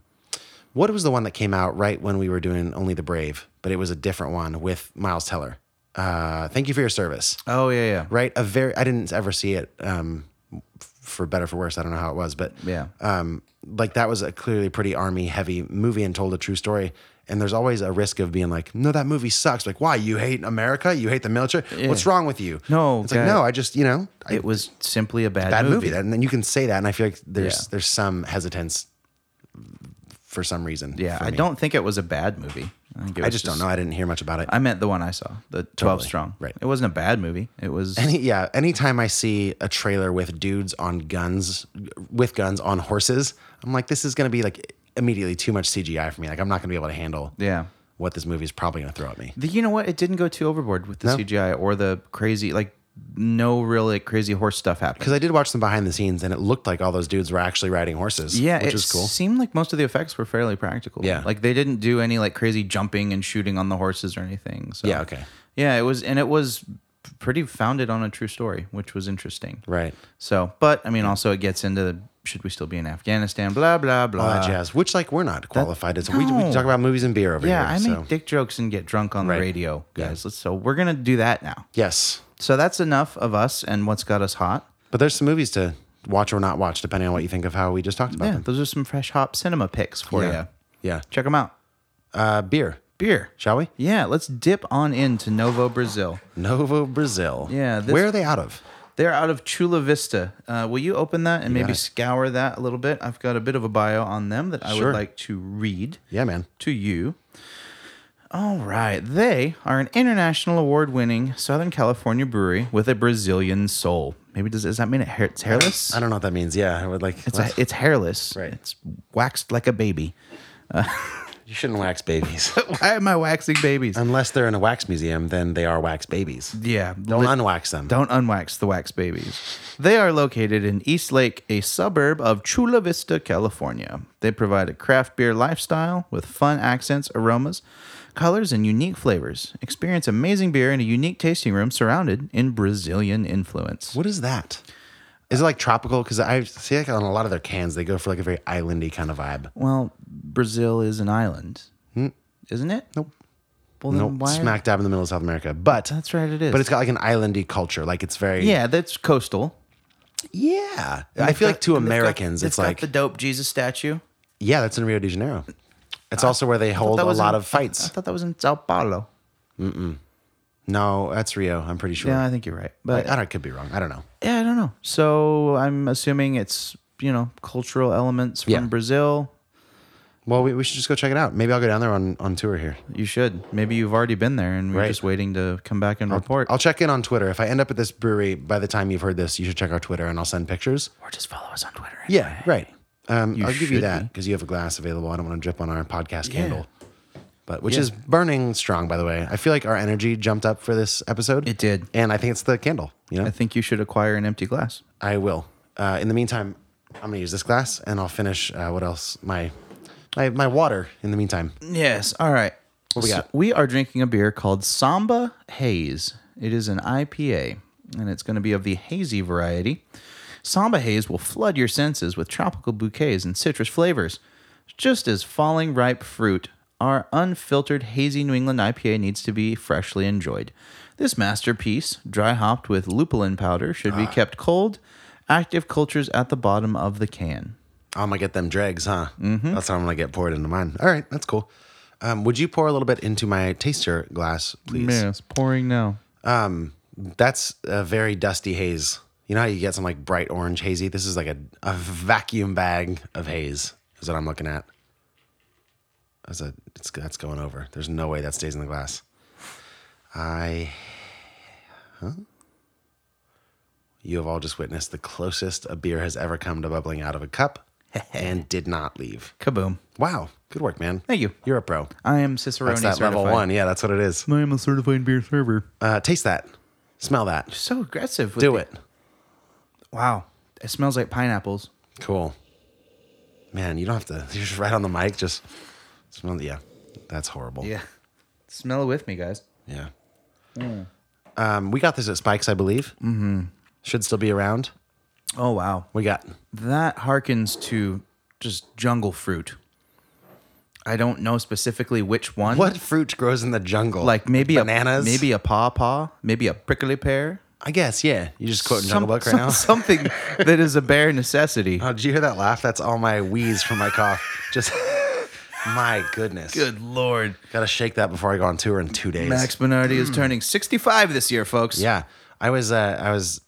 S1: what was the one that came out right when we were doing Only the Brave, but it was a different one with Miles Teller. Uh, thank you for your service
S2: Oh yeah, yeah.
S1: right? A very I didn't ever see it um, f- for better for worse. I don't know how it was, but
S2: Yeah.
S1: um, like that was a clearly pretty army heavy movie and told a true story. And there's always a risk of being like, no, that movie sucks. Like, why? You hate America? You hate the military? What's wrong with you?
S2: No,
S1: it's like
S2: God.
S1: no. I just you know, I,
S2: It was simply a bad,
S1: bad movie. And then you can say that, and I feel like there's
S2: Yeah.
S1: there's some hesitance for some reason.
S2: Yeah,
S1: for
S2: I
S1: me.
S2: don't think it was a bad movie. I, think it
S1: I
S2: was
S1: just, don't know. I didn't hear much about it.
S2: I meant the one I saw, the Twelve
S1: Totally.
S2: Strong.
S1: Right.
S2: It wasn't a bad movie. It
S1: [laughs]
S2: was.
S1: Any- yeah, anytime I see a trailer with dudes on guns, with guns on horses, I'm like, this is going to be like immediately too much CGI for me. Like, I'm not going to be able to handle
S2: yeah.
S1: what this movie's probably going to throw at me.
S2: The- you know what? It didn't go too overboard with the
S1: No.
S2: CGI or the crazy, like no real like, crazy horse stuff happened.
S1: Because I did watch some behind the scenes, and it looked like all those dudes were actually riding horses.
S2: Yeah,
S1: which
S2: it
S1: is cool.
S2: seemed like most of the effects were fairly practical.
S1: Yeah.
S2: like they didn't do any like crazy jumping and shooting on the horses or anything. So
S1: Yeah, okay.
S2: yeah, it was and it was pretty founded on a true story, which was interesting.
S1: Right.
S2: So, but I mean, also it gets into the, should we still be in Afghanistan? Blah blah blah.
S1: All that jazz, which like we're not qualified as we, we
S2: Uh, no.
S1: talk about movies and beer over
S2: Yeah, I
S1: here.
S2: make
S1: so.
S2: dick jokes and get drunk on
S1: Right.
S2: the radio,
S1: Yeah.
S2: guys. Let's, so we're gonna do that now.
S1: yes,
S2: So that's enough of us and what's got us hot.
S1: but there's some movies to watch or not watch, depending on what you think of how we just talked about
S2: Yeah,
S1: them.
S2: those are some fresh hop cinema picks for
S1: Yeah.
S2: you.
S1: Yeah.
S2: Check them out.
S1: Uh, beer,
S2: Beer.
S1: shall we?
S2: Yeah, let's dip on into Novo Brazil.
S1: Novo Brazil.
S2: Yeah, this-
S1: Where are they out of?
S2: They're out of Chula Vista. Uh, will you open that and
S1: got
S2: maybe
S1: it.
S2: scour that a little bit? I've got a bit of a bio on them that I
S1: Sure.
S2: would like to read.
S1: Yeah, man.
S2: to you. All right. They are an international award winning Southern California brewery with a Brazilian soul. Maybe does, does that mean it hair, it's hairless?
S1: I don't know what that means. Yeah, I would like.
S2: It's, a, it's hairless.
S1: Right.
S2: It's waxed like a baby.
S1: you shouldn't wax babies [laughs]
S2: Why am I waxing babies?
S1: unless they're in a wax museum. Then they are wax babies.
S2: yeah.
S1: Don't
S2: li-
S1: unwax them.
S2: Don't unwax the wax babies. They are located in Eastlake, a suburb of Chula Vista, California. They provide a craft beer lifestyle with fun accents, aromas, colors, and unique flavors. Experience amazing beer in a unique tasting room surrounded in Brazilian influence.
S1: What is that? Is it like tropical? Because I see like on a lot of their cans, they go for like a very islandy kind of vibe.
S2: Well, Brazil is an island, isn't it? Nope. Well, then
S1: Hmm. Nope,
S2: why?
S1: smack dab in the middle of South America, but
S2: That's right, it is.
S1: But it's got like an islandy culture. Like it's very
S2: yeah, that's coastal.
S1: yeah. I feel like to
S2: And they've got-
S1: Americans,
S2: they've
S1: it's
S2: got
S1: like
S2: the dope Jesus statue.
S1: yeah, that's in Rio de Janeiro. It's also where they hold a
S2: That was
S1: lot
S2: in-
S1: of
S2: [laughs]
S1: fights.
S2: I thought that was in Sao Paulo.
S1: No, that's Rio. I'm pretty sure.
S2: Yeah, I think you're right. But
S1: I, I don't, could be wrong. I don't know.
S2: yeah, I don't know. So I'm assuming it's you know cultural elements from
S1: Yeah.
S2: Brazil.
S1: Well, we, we should just go check it out. Maybe I'll go down there on, on tour here.
S2: You should. Maybe you've already been there, and we're
S1: Right.
S2: just waiting to come back and report.
S1: I'll check in on Twitter. If I end up at this brewery by the time you've heard this, you should check our Twitter and I'll send pictures.
S2: or just follow us on Twitter.
S1: Yeah, right. Um, I'll give you
S2: should
S1: that
S2: be.
S1: because you have a glass available. I don't want to drip on our podcast
S2: Yeah.
S1: candle, but which
S2: Yeah.
S1: is burning strong, by the way. I feel like our energy jumped up for this episode.
S2: It did.
S1: and I think it's the candle. You know,
S2: I think you should acquire an empty glass.
S1: I will. Uh, in the meantime, I'm gonna use this glass and I'll finish uh, what else my my my water. In the meantime,
S2: Yes. All right. What
S1: we got?
S2: we are drinking a beer called Samba Haze. It is an IPA, and it's going to be of the hazy variety. Samba Haze will flood your senses with tropical bouquets and citrus flavors, just as falling ripe fruit. Our unfiltered hazy New England IPA needs to be freshly enjoyed. This masterpiece, dry hopped with lupulin powder, should be kept cold, active cultures at the bottom of the can.
S1: Oh, I'm gonna get them dregs, huh?
S2: Mm-hmm.
S1: That's how I'm gonna get poured into mine. All right, that's cool. Um, would you pour a little bit into my taster glass, please?
S2: Yes, pouring now.
S1: That's a very dusty haze. You know how you get some like bright orange hazy? This is like a, a vacuum bag of haze. Is what I'm looking at. That's a it's that's going over. There's no way that stays in the glass. I huh? You have all just witnessed the closest a beer has ever come to bubbling out of a
S2: [laughs]
S1: cup and did not leave.
S2: Kaboom.
S1: Wow, good work, man.
S2: Thank you.
S1: You're a pro.
S2: I am Cicerone
S1: That's that level
S2: certified.
S1: one. Yeah, that's what it is.
S2: I am a certified beer server.
S1: Uh, taste that. Smell that.
S2: So aggressive. With
S1: Do
S2: the-
S1: it.
S2: Wow. It smells like pineapples.
S1: Cool. [laughs] Man, you don't have to. You're just right on the mic. Just smell. Yeah, that's horrible.
S2: Smell it with me, guys.
S1: Yeah. Um, we got this at Spikes, I believe. Mm-hmm. Should still be around.
S2: Oh wow,
S1: We got
S2: that harkens to just jungle fruit. I don't know specifically which one.
S1: what fruit grows in the jungle?
S2: Like maybe
S1: bananas.
S2: A, maybe a pawpaw. Maybe a prickly pear.
S1: I guess. Yeah. You just quoting
S2: Some-
S1: Jungle Book right
S2: some-
S1: now.
S2: [laughs] Something that is a bare
S1: [laughs]
S2: necessity.
S1: Oh, did you hear that laugh? That's all my wheeze from my cough. Just [laughs] my goodness.
S2: Good lord.
S1: Gotta shake that before I go on tour in two days.
S2: Max Minardi is turning 65 this year, folks.
S1: Hmm. Yeah, I was uh, I was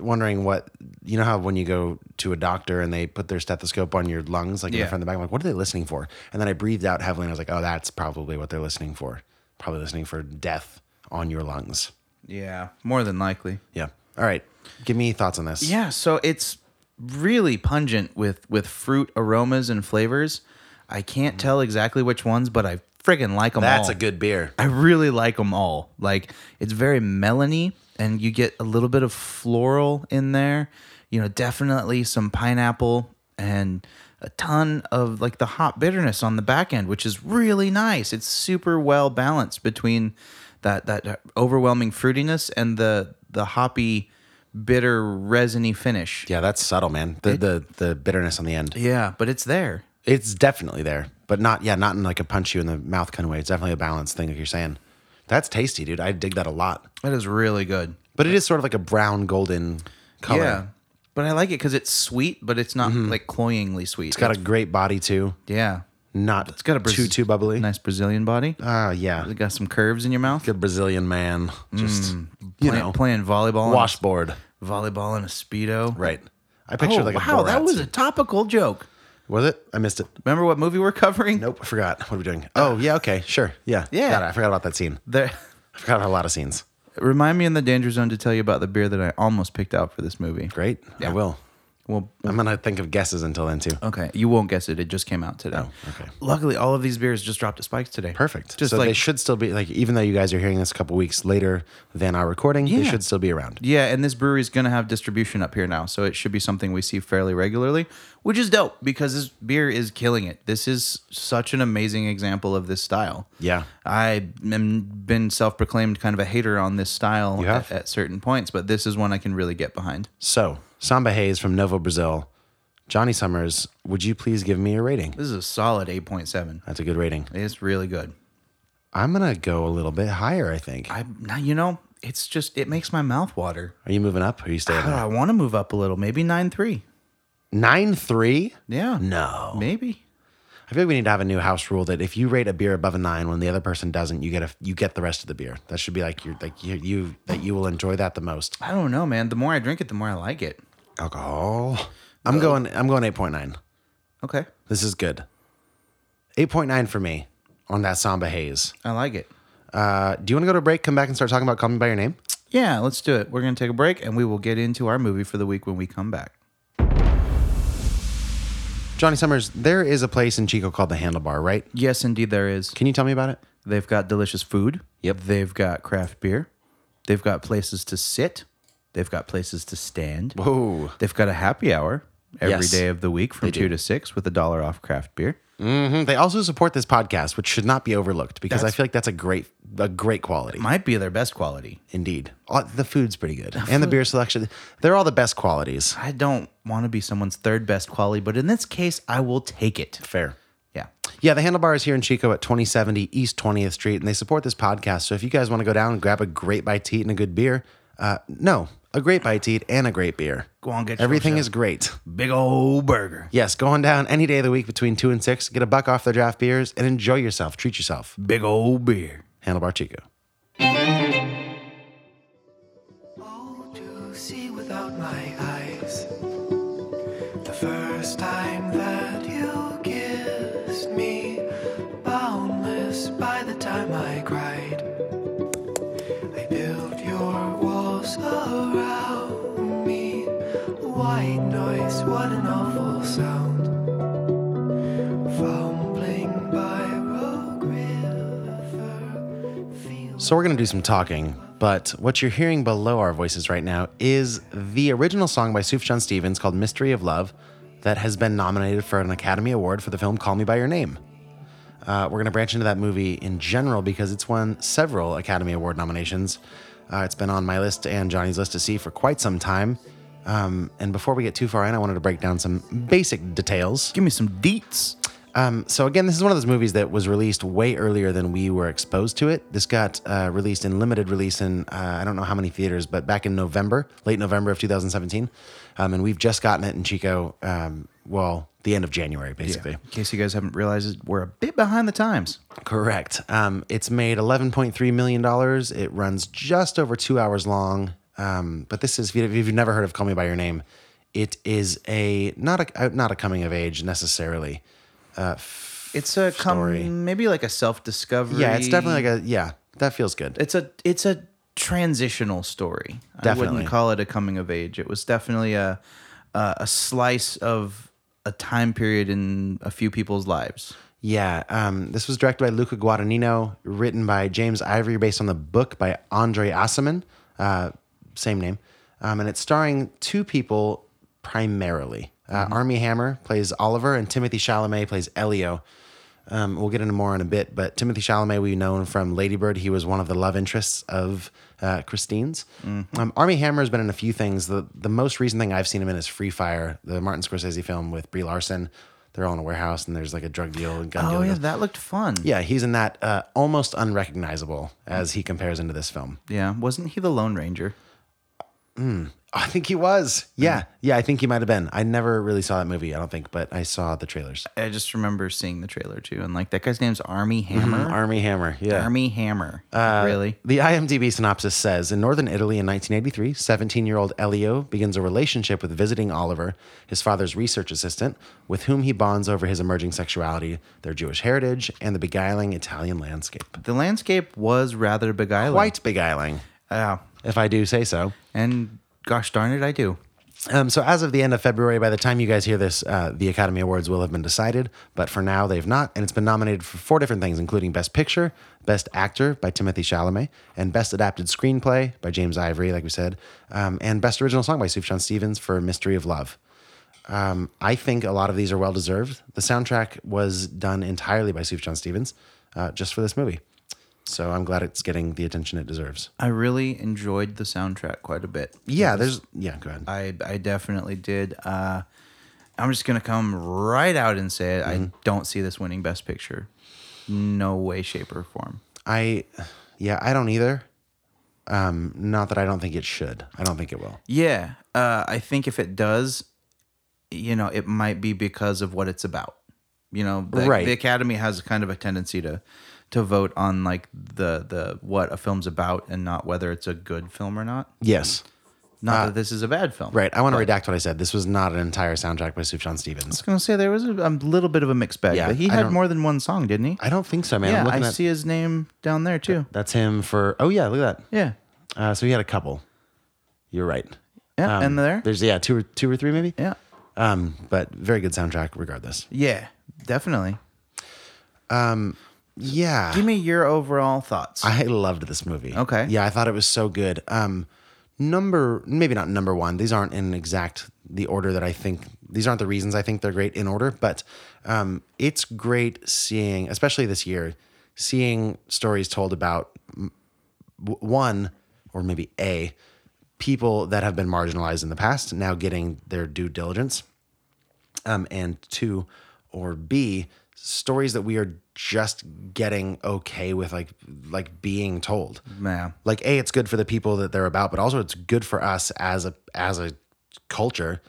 S1: wondering what you know how when you go to a doctor and they put their stethoscope on your lungs like in
S2: Yeah.
S1: the front of the back. I'm like, what are they listening for? And then I breathed out heavily and I was like, oh, that's probably what they're listening for. Probably listening for death on your lungs.
S2: Yeah, more than likely.
S1: Yeah. All right. Give me thoughts on this.
S2: Yeah, so it's really pungent with with fruit aromas and flavors. I can't tell exactly which ones, but I friggin' like them all.
S1: Mm. That's a good beer.
S2: I really like them all. Like it's very melony, and you get a little bit of floral in there. You know, definitely some pineapple and a ton of like the hot bitterness on the back end, which is really nice. It's super well balanced between that that overwhelming fruitiness and the the hoppy, bitter, resiny finish.
S1: Yeah, that's subtle, man. The the the bitterness on the end.
S2: Yeah, but it's there.
S1: It's definitely there, but not yeah, not in like a punch you in the mouth kind of way. It's definitely a balanced thing, like you're saying. That's tasty, dude. I dig that a lot.
S2: That is really good.
S1: But it is sort of like a brown golden color.
S2: Yeah. But I like it because it's sweet, but it's not like cloyingly sweet.
S1: It's got a great body too.
S2: yeah.
S1: Not it's
S2: got a Braz-
S1: too too bubbly.
S2: Nice Mm. Brazilian body.
S1: Ah, yeah.
S2: You got some curves in your mouth.
S1: Good Brazilian man. Just you
S2: Play-
S1: know,
S2: playing volleyball.
S1: washboard.
S2: In a, volleyball in a speedo.
S1: Right. I
S2: Oh,
S1: pictured like a
S2: wow, that
S1: Borat
S2: was a
S1: scene.
S2: topical joke.
S1: Was it? I missed it.
S2: Remember what movie we're covering?
S1: Nope, I forgot. What are we doing? Oh, yeah, okay, sure. Yeah.
S2: Ah. Yeah.
S1: Got it. I forgot about that scene.
S2: There,
S1: I forgot about a lot of scenes.
S2: remind me in the danger zone to tell you about the beer that I almost picked out for this movie.
S1: Great. I will.
S2: Well,
S1: I'm gonna think of guesses until then too.
S2: okay, you won't guess it. It just came out today.
S1: Oh, okay.
S2: Luckily, all of these beers just dropped at Spikes today.
S1: Perfect.
S2: Oh. Just
S1: so
S2: like
S1: they should still be like, even though you guys are hearing this a couple weeks later than our recording, they
S2: Yeah.
S1: should still be around.
S2: Yeah, and this brewery is going to have distribution up here now, so it should be something we see fairly regularly, which is dope because this beer is killing it. This is such an amazing example of this style.
S1: Yeah.
S2: I am been self-proclaimed kind of a hater on this style
S1: You have?
S2: at, at certain points, but this is one I can really get behind.
S1: So, Samba Hayes from Novo Brazil, Johnny Summers, would you please give me a rating?
S2: This is a solid 8.7.
S1: That's a good rating.
S2: It's really good.
S1: I'm gonna go a little bit higher. I think.
S2: I now you know, it's just it makes my mouth water.
S1: Are you moving up? Or are you staying?
S2: God, I
S1: there?
S2: want to move up a little, maybe 9.3.
S1: Nine three.
S2: Yeah.
S1: No.
S2: Maybe.
S1: I feel like we need to have a new house rule that if you rate a beer above a nine when the other person doesn't, you get a you get the rest of the beer. That should be like your like you, you that you will enjoy that the most.
S2: I don't know, man. The more I drink it, the more I like it.
S1: Alcohol. I'm going. I'm going eight point nine.
S2: Okay.
S1: This is good. Eight point nine for me on that Samba Haze.
S2: I like it.
S1: Uh, do you want to go to a break? Come back and start talking about Call Me by Your Name.
S2: Yeah, let's do it. We're going to take a break and we will get into our movie for the week when we come back.
S1: Johnny Summers, there is a place in Chico called the Handlebar, right?
S2: Yes, indeed, there is.
S1: Can you tell me about it?
S2: They've got delicious food. Yep. They've got craft beer. They've got places to sit. They've got places to stand.
S1: Whoa.
S2: They've got a happy hour every day
S1: Yes.
S2: of the week from 2 to 6 with a dollar off craft beer.
S1: Mhm. They also support this podcast, which should not be overlooked because I
S2: That's-
S1: feel like that's a great, a great quality.
S2: Might be their best quality.
S1: Indeed, Uh, the food's pretty good, and the beer selection. They're all the best qualities.
S2: I don't want to be someone's third best quality, but in this case, I will take it.
S1: Fair.
S2: Yeah.
S1: Yeah, the handlebar is here in Chico at 2070 East 20th Street, and they support this podcast. So if you guys want to go down and grab a great bite to eat and a good beer, uh, no, a great bite to eat and a great beer.
S2: Go on, get
S1: Everything
S2: yourself
S1: is great.
S2: a big old burger.
S1: Yes, go on down any day of the week between two and six, get a buck off their draft beers, and enjoy yourself. Treat yourself.
S2: Big old beer.
S1: Handlebar Chico.
S3: Oh, to see without my eyes. The first time that you kissed me, boundless by the time I cried. I built your walls around me. White noise, what an awful sound. Fumbling by Rogue River, feels.
S1: So we're going to do some talking, but what you're hearing below our voices right now is the original song by Sufjan Stevens called Mystery of Love that has been nominated for an Academy Award for the film Call Me By Your Name. Uh, we're going to branch into that movie in general because it's won several Academy Award nominations. Uh, it's been on my list and Johnny's list to see for quite some time. Um, and before we get too far in, I wanted to break down some basic details.
S2: Give me some deets.
S1: Um, so again, this is one of those movies that was released way earlier than we were exposed to it. This got uh, released in limited release in uh, I don't know how many theaters, but back in November, late November of 2017, um, and we've just gotten it in Chico. Um, well, the end of January, basically.
S2: In case you guys haven't realized, we're a bit behind the times.
S1: Correct. Um, it's made $11.3 million. It runs just over two hours long. Um, but this is, if you- if you've never heard of Call Me By Your Name, it is a, not a, not a coming of age necessarily.
S2: It's
S1: Story.
S2: a come maybe like a self discovery.
S1: Yeah, it's definitely like a, yeah, that feels good.
S2: it's a it's a transitional story. I
S1: Definitely.
S2: wouldn't call it a coming of age. It was definitely a a, a slice of a time period in a few people's lives.
S1: Yeah. Um, this was directed by Luca Guadagnino, written by James Ivory, based on the book by Andre Assaman, uh, same name. Um, and it's starring two people primarily. Uh, Army Hammer plays Oliver, and Timothy Chalamet plays Elio. Um, we'll get into more in a bit, but Timothy Chalamet, we know from Ladybird, he was one of the love interests of uh, Christine's.
S2: Mm-hmm.
S1: Um, Army Hammer has been in a few things. The the most recent thing I've seen him in is Free Fire, the Martin Scorsese film with Brie Larson. They're all in a warehouse, and there's like a drug deal and gun deal.
S2: Oh
S1: goes-
S2: yeah, that looked fun.
S1: yeah, he's in that uh, almost unrecognizable as he compares into this film.
S2: Yeah. Wasn't he the Lone Ranger?
S1: I think he was.
S2: Mm-hmm.
S1: Yeah. Yeah, I think he might have been. I never really saw that movie, I don't think, but I saw the trailers.
S2: I just remember seeing the trailer too, and like that guy's name's Army Hammer.
S1: Army Hammer. Mm-hmm. Yeah. Uh,
S2: Army Hammer. really?
S1: The IMDb synopsis says In northern Italy in 1983, 17 year old Elio begins a relationship with visiting Oliver, his father's research assistant, with whom he bonds over his emerging sexuality, their Jewish heritage, and the beguiling Italian landscape.
S2: The landscape was rather beguiling.
S1: Quite beguiling,
S2: Yeah.
S1: if I do say so.
S2: And gosh darn it, I do.
S1: Um, so, as of the end of February, by the time you guys hear this, uh, the Academy Awards will have been decided. But for now, they've not, and it's been nominated for four different things, including Best Picture, Best Actor by Timothy Chalamet, and Best Adapted Screenplay by James Ivory, like we said, um, and Best Original Song by Sufjan Stevens for "Mystery of Love." Um, I think a lot of these are well deserved. The soundtrack was done entirely by Sufjan Stevens, uh, just for this movie. So I'm glad it's getting the attention it deserves.
S2: I really enjoyed the soundtrack quite a bit.
S1: Yeah, there's yeah, go ahead.
S2: I I definitely did. Uh, I'm just gonna come right out and say it.
S1: Mm-hmm.
S2: I don't see this winning Best Picture. No way, shape, or form.
S1: I, yeah, I don't either. Um, not that I don't think it should. I don't think it will.
S2: Yeah, uh, I think if it does, you know, it might be because of what it's about. You know, the,
S1: Right.
S2: the Academy has kind of a tendency to to vote on like the the what a film's about and not whether it's a good film or not.
S1: Yes.
S2: Not that this is a bad film,
S1: Uh, Right. I want to redact what I said. This was not an entire soundtrack by Sufjan Stevens.
S2: I was gonna say there was a, a little bit of a mixed bag,
S1: Yeah,
S2: but he
S1: I
S2: had
S1: don't-
S2: more than one song, didn't he?
S1: I don't think so, man. I'm
S2: yeah, I
S1: looking at,
S2: see his name down there too.
S1: That's him for. Oh yeah, look at that.
S2: Yeah.
S1: Uh, so he had a couple. You're right.
S2: Yeah.
S1: Um,
S2: and there.
S1: There's yeah, two or two or three maybe.
S2: Yeah.
S1: Um, but very good soundtrack regardless.
S2: Yeah. Definitely.
S1: Yeah.
S2: Give me your overall thoughts.
S1: I loved this movie.
S2: Okay.
S1: Yeah, I thought it was so good. Um, number maybe not number one. These aren't in exact the order that I think. These aren't the reasons I think they're great in order, but um, it's great seeing, especially this year, seeing stories told about m- w- one or maybe a people that have been marginalized in the past now getting their due diligence um, and two, or B, stories that we are just getting okay with, like like being told.
S2: Yeah.
S1: Like A, it's good for the people that they're about, but also it's good for us as a as a culture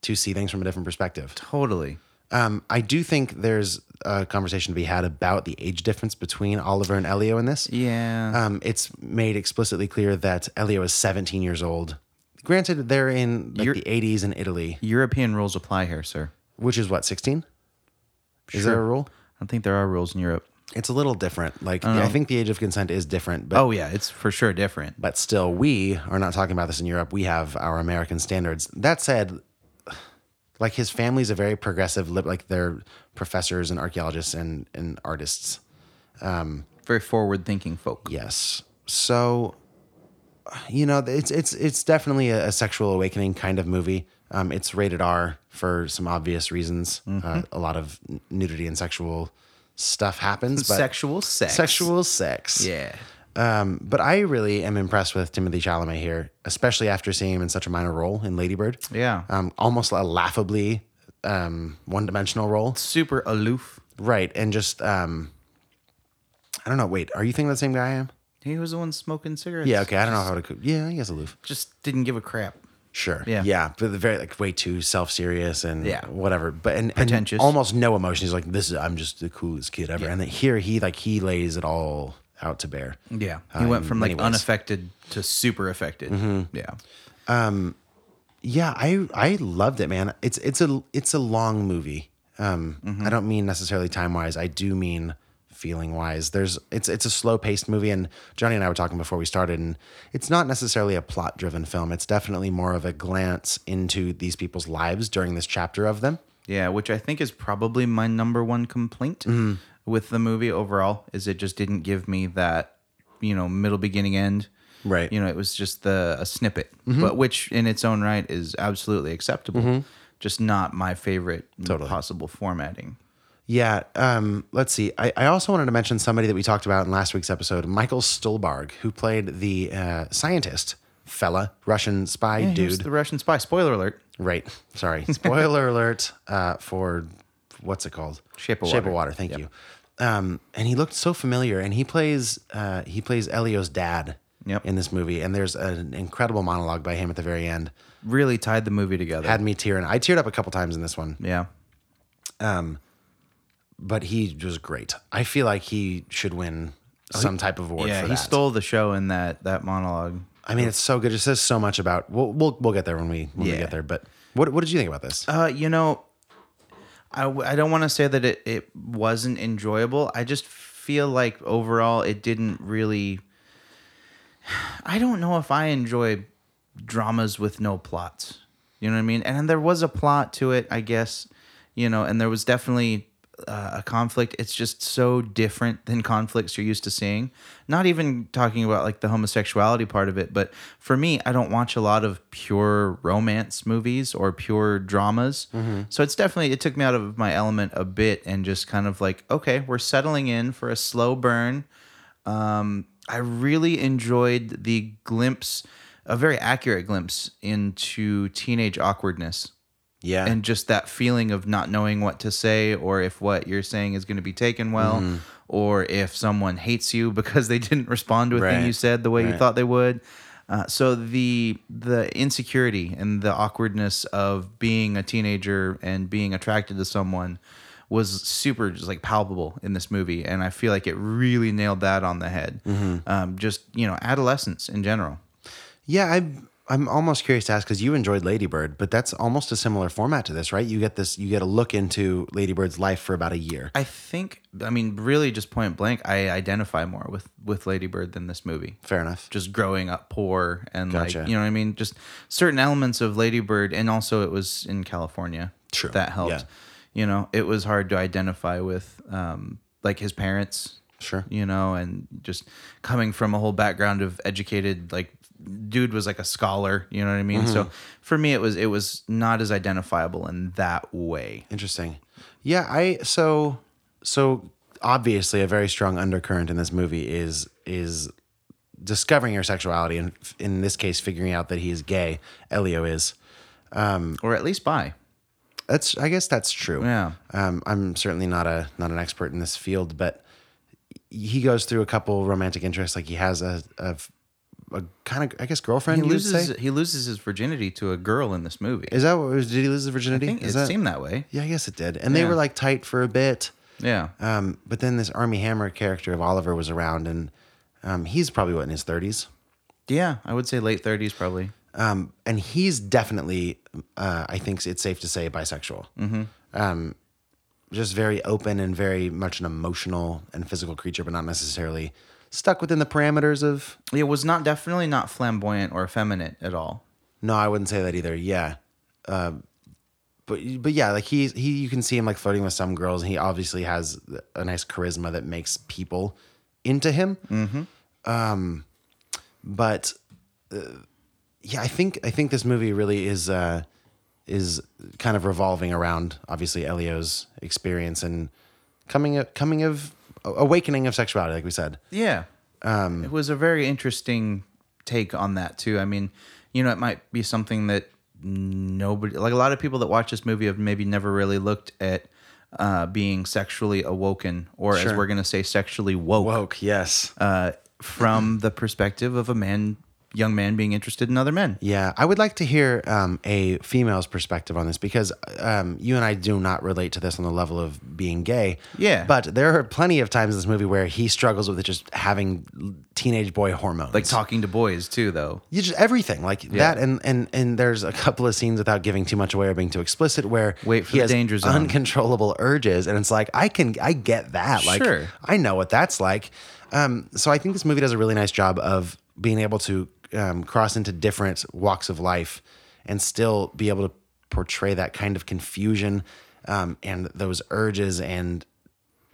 S1: to see things from a different perspective.
S2: totally.
S1: Um, I do think there's a conversation to be had about the age difference between Oliver and Elio in this.
S2: Yeah.
S1: Um, it's made explicitly clear that Elio is 17 years old. Granted, they're in like
S2: You're-
S1: the 80s in Italy,
S2: European rules apply here, sir.
S1: which is what 16. Is there a rule?
S2: I don't think there are rules in Europe.
S1: It's a little different. Like I, think the age of consent is different, but
S2: Uh-huh. Oh yeah, it's for sure different.
S1: but still we are not talking about this in Europe. We have our American standards. That said, like his family's a very progressive lib like they're professors and archaeologists and, and artists.
S2: Very forward thinking folk.
S1: Yes. So you know, it's it's it's definitely a, a sexual awakening kind of movie. Um,
S2: Mm-hmm.
S1: it's rated R for some obvious reasons. Uh, a lot of n- nudity and sexual stuff happens. But
S2: Sexual sex.
S1: Sexual sex.
S2: Yeah.
S1: Um, but I really am impressed with Timothy Chalamet here, especially after seeing him in such a minor role in Ladybird.
S2: Yeah.
S1: Um, almost a laughably um, one dimensional role.
S2: Super aloof.
S1: Right. And just, um, I don't know. Wait, are you thinking of the same guy I am?
S2: He was the one smoking cigarettes.
S1: Yeah. Okay. I don't know how to. co- Yeah. He has a aloof.
S2: Just didn't give a crap.
S1: Sure.
S2: Yeah.
S1: Yeah. But the very like way too self serious and
S2: Yeah.
S1: whatever. But and, and
S2: Pretentious.
S1: almost no emotion. He's like, this is I'm just the coolest kid ever. And then here he like he lays it all out to bear.
S2: Yeah. He
S1: Uh,
S2: went
S1: in
S2: from like
S1: many ways.
S2: unaffected to super affected.
S1: Mm-hmm.
S2: Yeah.
S1: Yeah, I I loved it, man. It's it's a it's a long movie. Um,
S2: Mm-hmm.
S1: I don't mean necessarily time wise. I do mean feeling wise. There's it's it's a slow paced movie, and Johnny and I were talking before we started, and it's not necessarily a plot driven film. It's definitely more of a glance into these people's lives during this chapter of them.
S2: Yeah, which I think is probably my number one complaint
S1: Mm-hmm.
S2: with the movie overall is it just didn't give me that, you know, middle beginning end.
S1: Right. Mm-hmm.
S2: You know, it was just the a snippet, but which in its own right is absolutely acceptable. Just not my favorite possible formatting.
S1: Yeah. Um, let's see. I, I also wanted to mention somebody that we talked about in last week's episode, Michael Stolbarg, who played the uh, scientist fella, Russian spy
S2: Yeah, he was
S1: dude.
S2: the Russian spy. Spoiler alert.
S1: Right. Sorry. [laughs] Spoiler alert uh, for what's it called?
S2: Shape of
S1: Shape
S2: Water.
S1: of Water. Thank you. Um, and he looked so familiar, and he plays uh, he plays Elio's dad
S2: Yep.
S1: in this movie, and there's an incredible monologue by him at the very end.
S2: Really tied the movie together.
S1: Had me tearing. I teared up a couple times in this one,
S2: yeah.
S1: but he was great. I feel like he should win some type of award.
S2: Yeah,
S1: for
S2: Oh, he
S1: that.
S2: stole the show in that that monologue.
S1: I mean, it's so good. It says so much about. We'll we'll, we'll get there when we when we
S2: Yeah.
S1: get there. But what what did you think about this?
S2: Uh, you know, I, w- I don't want to say that it, it wasn't enjoyable. I just feel like overall it didn't really. [sighs] I don't know if I enjoy dramas with no plots. You know what I mean? And there was a plot to it, I guess, you know, and there was definitely uh, a conflict. It's just so different than conflicts you're used to seeing. Not even talking about like the homosexuality part of it, but for me, I don't watch a lot of pure romance movies or pure dramas. So it's definitely, it took me out of my element a bit and just kind of like, okay, we're settling in for a slow burn. I really enjoyed the glimpse, a very accurate glimpse into teenage awkwardness
S1: yeah,
S2: and just that feeling of not knowing what to say or if what you're saying is going to be taken well
S1: Mm-hmm.
S2: or if someone hates you [laughs] because they didn't respond to a
S1: Right.
S2: thing you said the way
S1: Right.
S2: you thought they would. Uh, so the the insecurity and the awkwardness of being a teenager and being attracted to someone was super just like palpable in this movie and i feel like it really nailed that on the head
S1: Mm-hmm.
S2: um, just you know adolescence in general
S1: Yeah, I'm I'm almost curious to ask because you enjoyed Ladybird, but that's almost a similar format to this, right? You get this, you get a look into Ladybird's life for about a year.
S2: I think I mean really just point blank I identify more with with Lady Bird than this movie.
S1: Fair enough.
S2: Just growing up poor and
S1: Gotcha.
S2: like you know what I mean just certain elements of Lady Bird and also it was in California.
S1: True.
S2: That helped.
S1: Yeah.
S2: You know, it was hard to identify with um like his parents.
S1: Sure.
S2: You know, and just coming from a whole background of educated like dude was like a scholar, you know what I mean?
S1: Mm-hmm.
S2: So for me it was it was not as identifiable in that way.
S1: Interesting. Yeah, I so so obviously a very strong undercurrent in this movie is is discovering your sexuality and f- in this case figuring out that he is gay. Elio is.
S2: Or at least by.
S1: That's I guess that's true.
S2: Yeah.
S1: Um, I'm certainly not a not an expert in this field, but he goes through a couple romantic interests. Like he has a a, a kind of I guess girlfriend.
S2: he
S1: you would say?
S2: loses he loses his virginity to a girl in this movie.
S1: Is that what it was? Did he lose his virginity?
S2: I think
S1: Is
S2: it
S1: that,
S2: seemed that way.
S1: yeah, I guess it did. And they
S2: Yeah.
S1: were like tight for a bit.
S2: Yeah.
S1: Um, but then this Army Hammer character of Oliver was around, and um, he's probably what in his thirties.
S2: yeah, I would say late 30s probably.
S1: Um, and he's definitely, uh, I think it's safe to say, bisexual. Mm-hmm. Um, just very open and very much an emotional and physical creature, but not necessarily stuck within the parameters of.
S2: It was not definitely not flamboyant or effeminate at all.
S1: No, I wouldn't say that either. Yeah, uh, but but yeah, like he he, you can see him like flirting with some girls, and he obviously has a nice charisma that makes people into him. Mm-hmm. Um, but uh, yeah, I think I think this movie really is uh is kind of revolving around obviously Elio's experience and coming of, coming of awakening of sexuality, like we said.
S2: Yeah.
S1: Um,
S2: it was a very interesting take on that too. I mean, you know, it might be something that nobody like a lot of people that watch this movie have maybe never really looked at uh, being sexually awoken or as
S1: Sure.
S2: we're gonna say sexually woke
S1: Woke, yes.
S2: uh, from the perspective of a man young man being interested in other men.
S1: Yeah, I would like to hear um, a female's perspective on this because um, you and I do not relate to this on the level of being gay.
S2: Yeah.
S1: but there are plenty of times in this movie where he struggles with just having teenage boy hormones,
S2: Like talking to boys too though.
S1: you just everything like that and and and there's a couple of scenes without giving too much away or being too explicit where
S2: Wait for
S1: he
S2: the
S1: has
S2: danger zone.
S1: uncontrollable urges and it's like i can i get that like
S2: Sure.
S1: i know what that's like um so i think this movie does a really nice job of being able to um, cross into different walks of life and still be able to portray that kind of confusion um, and those urges and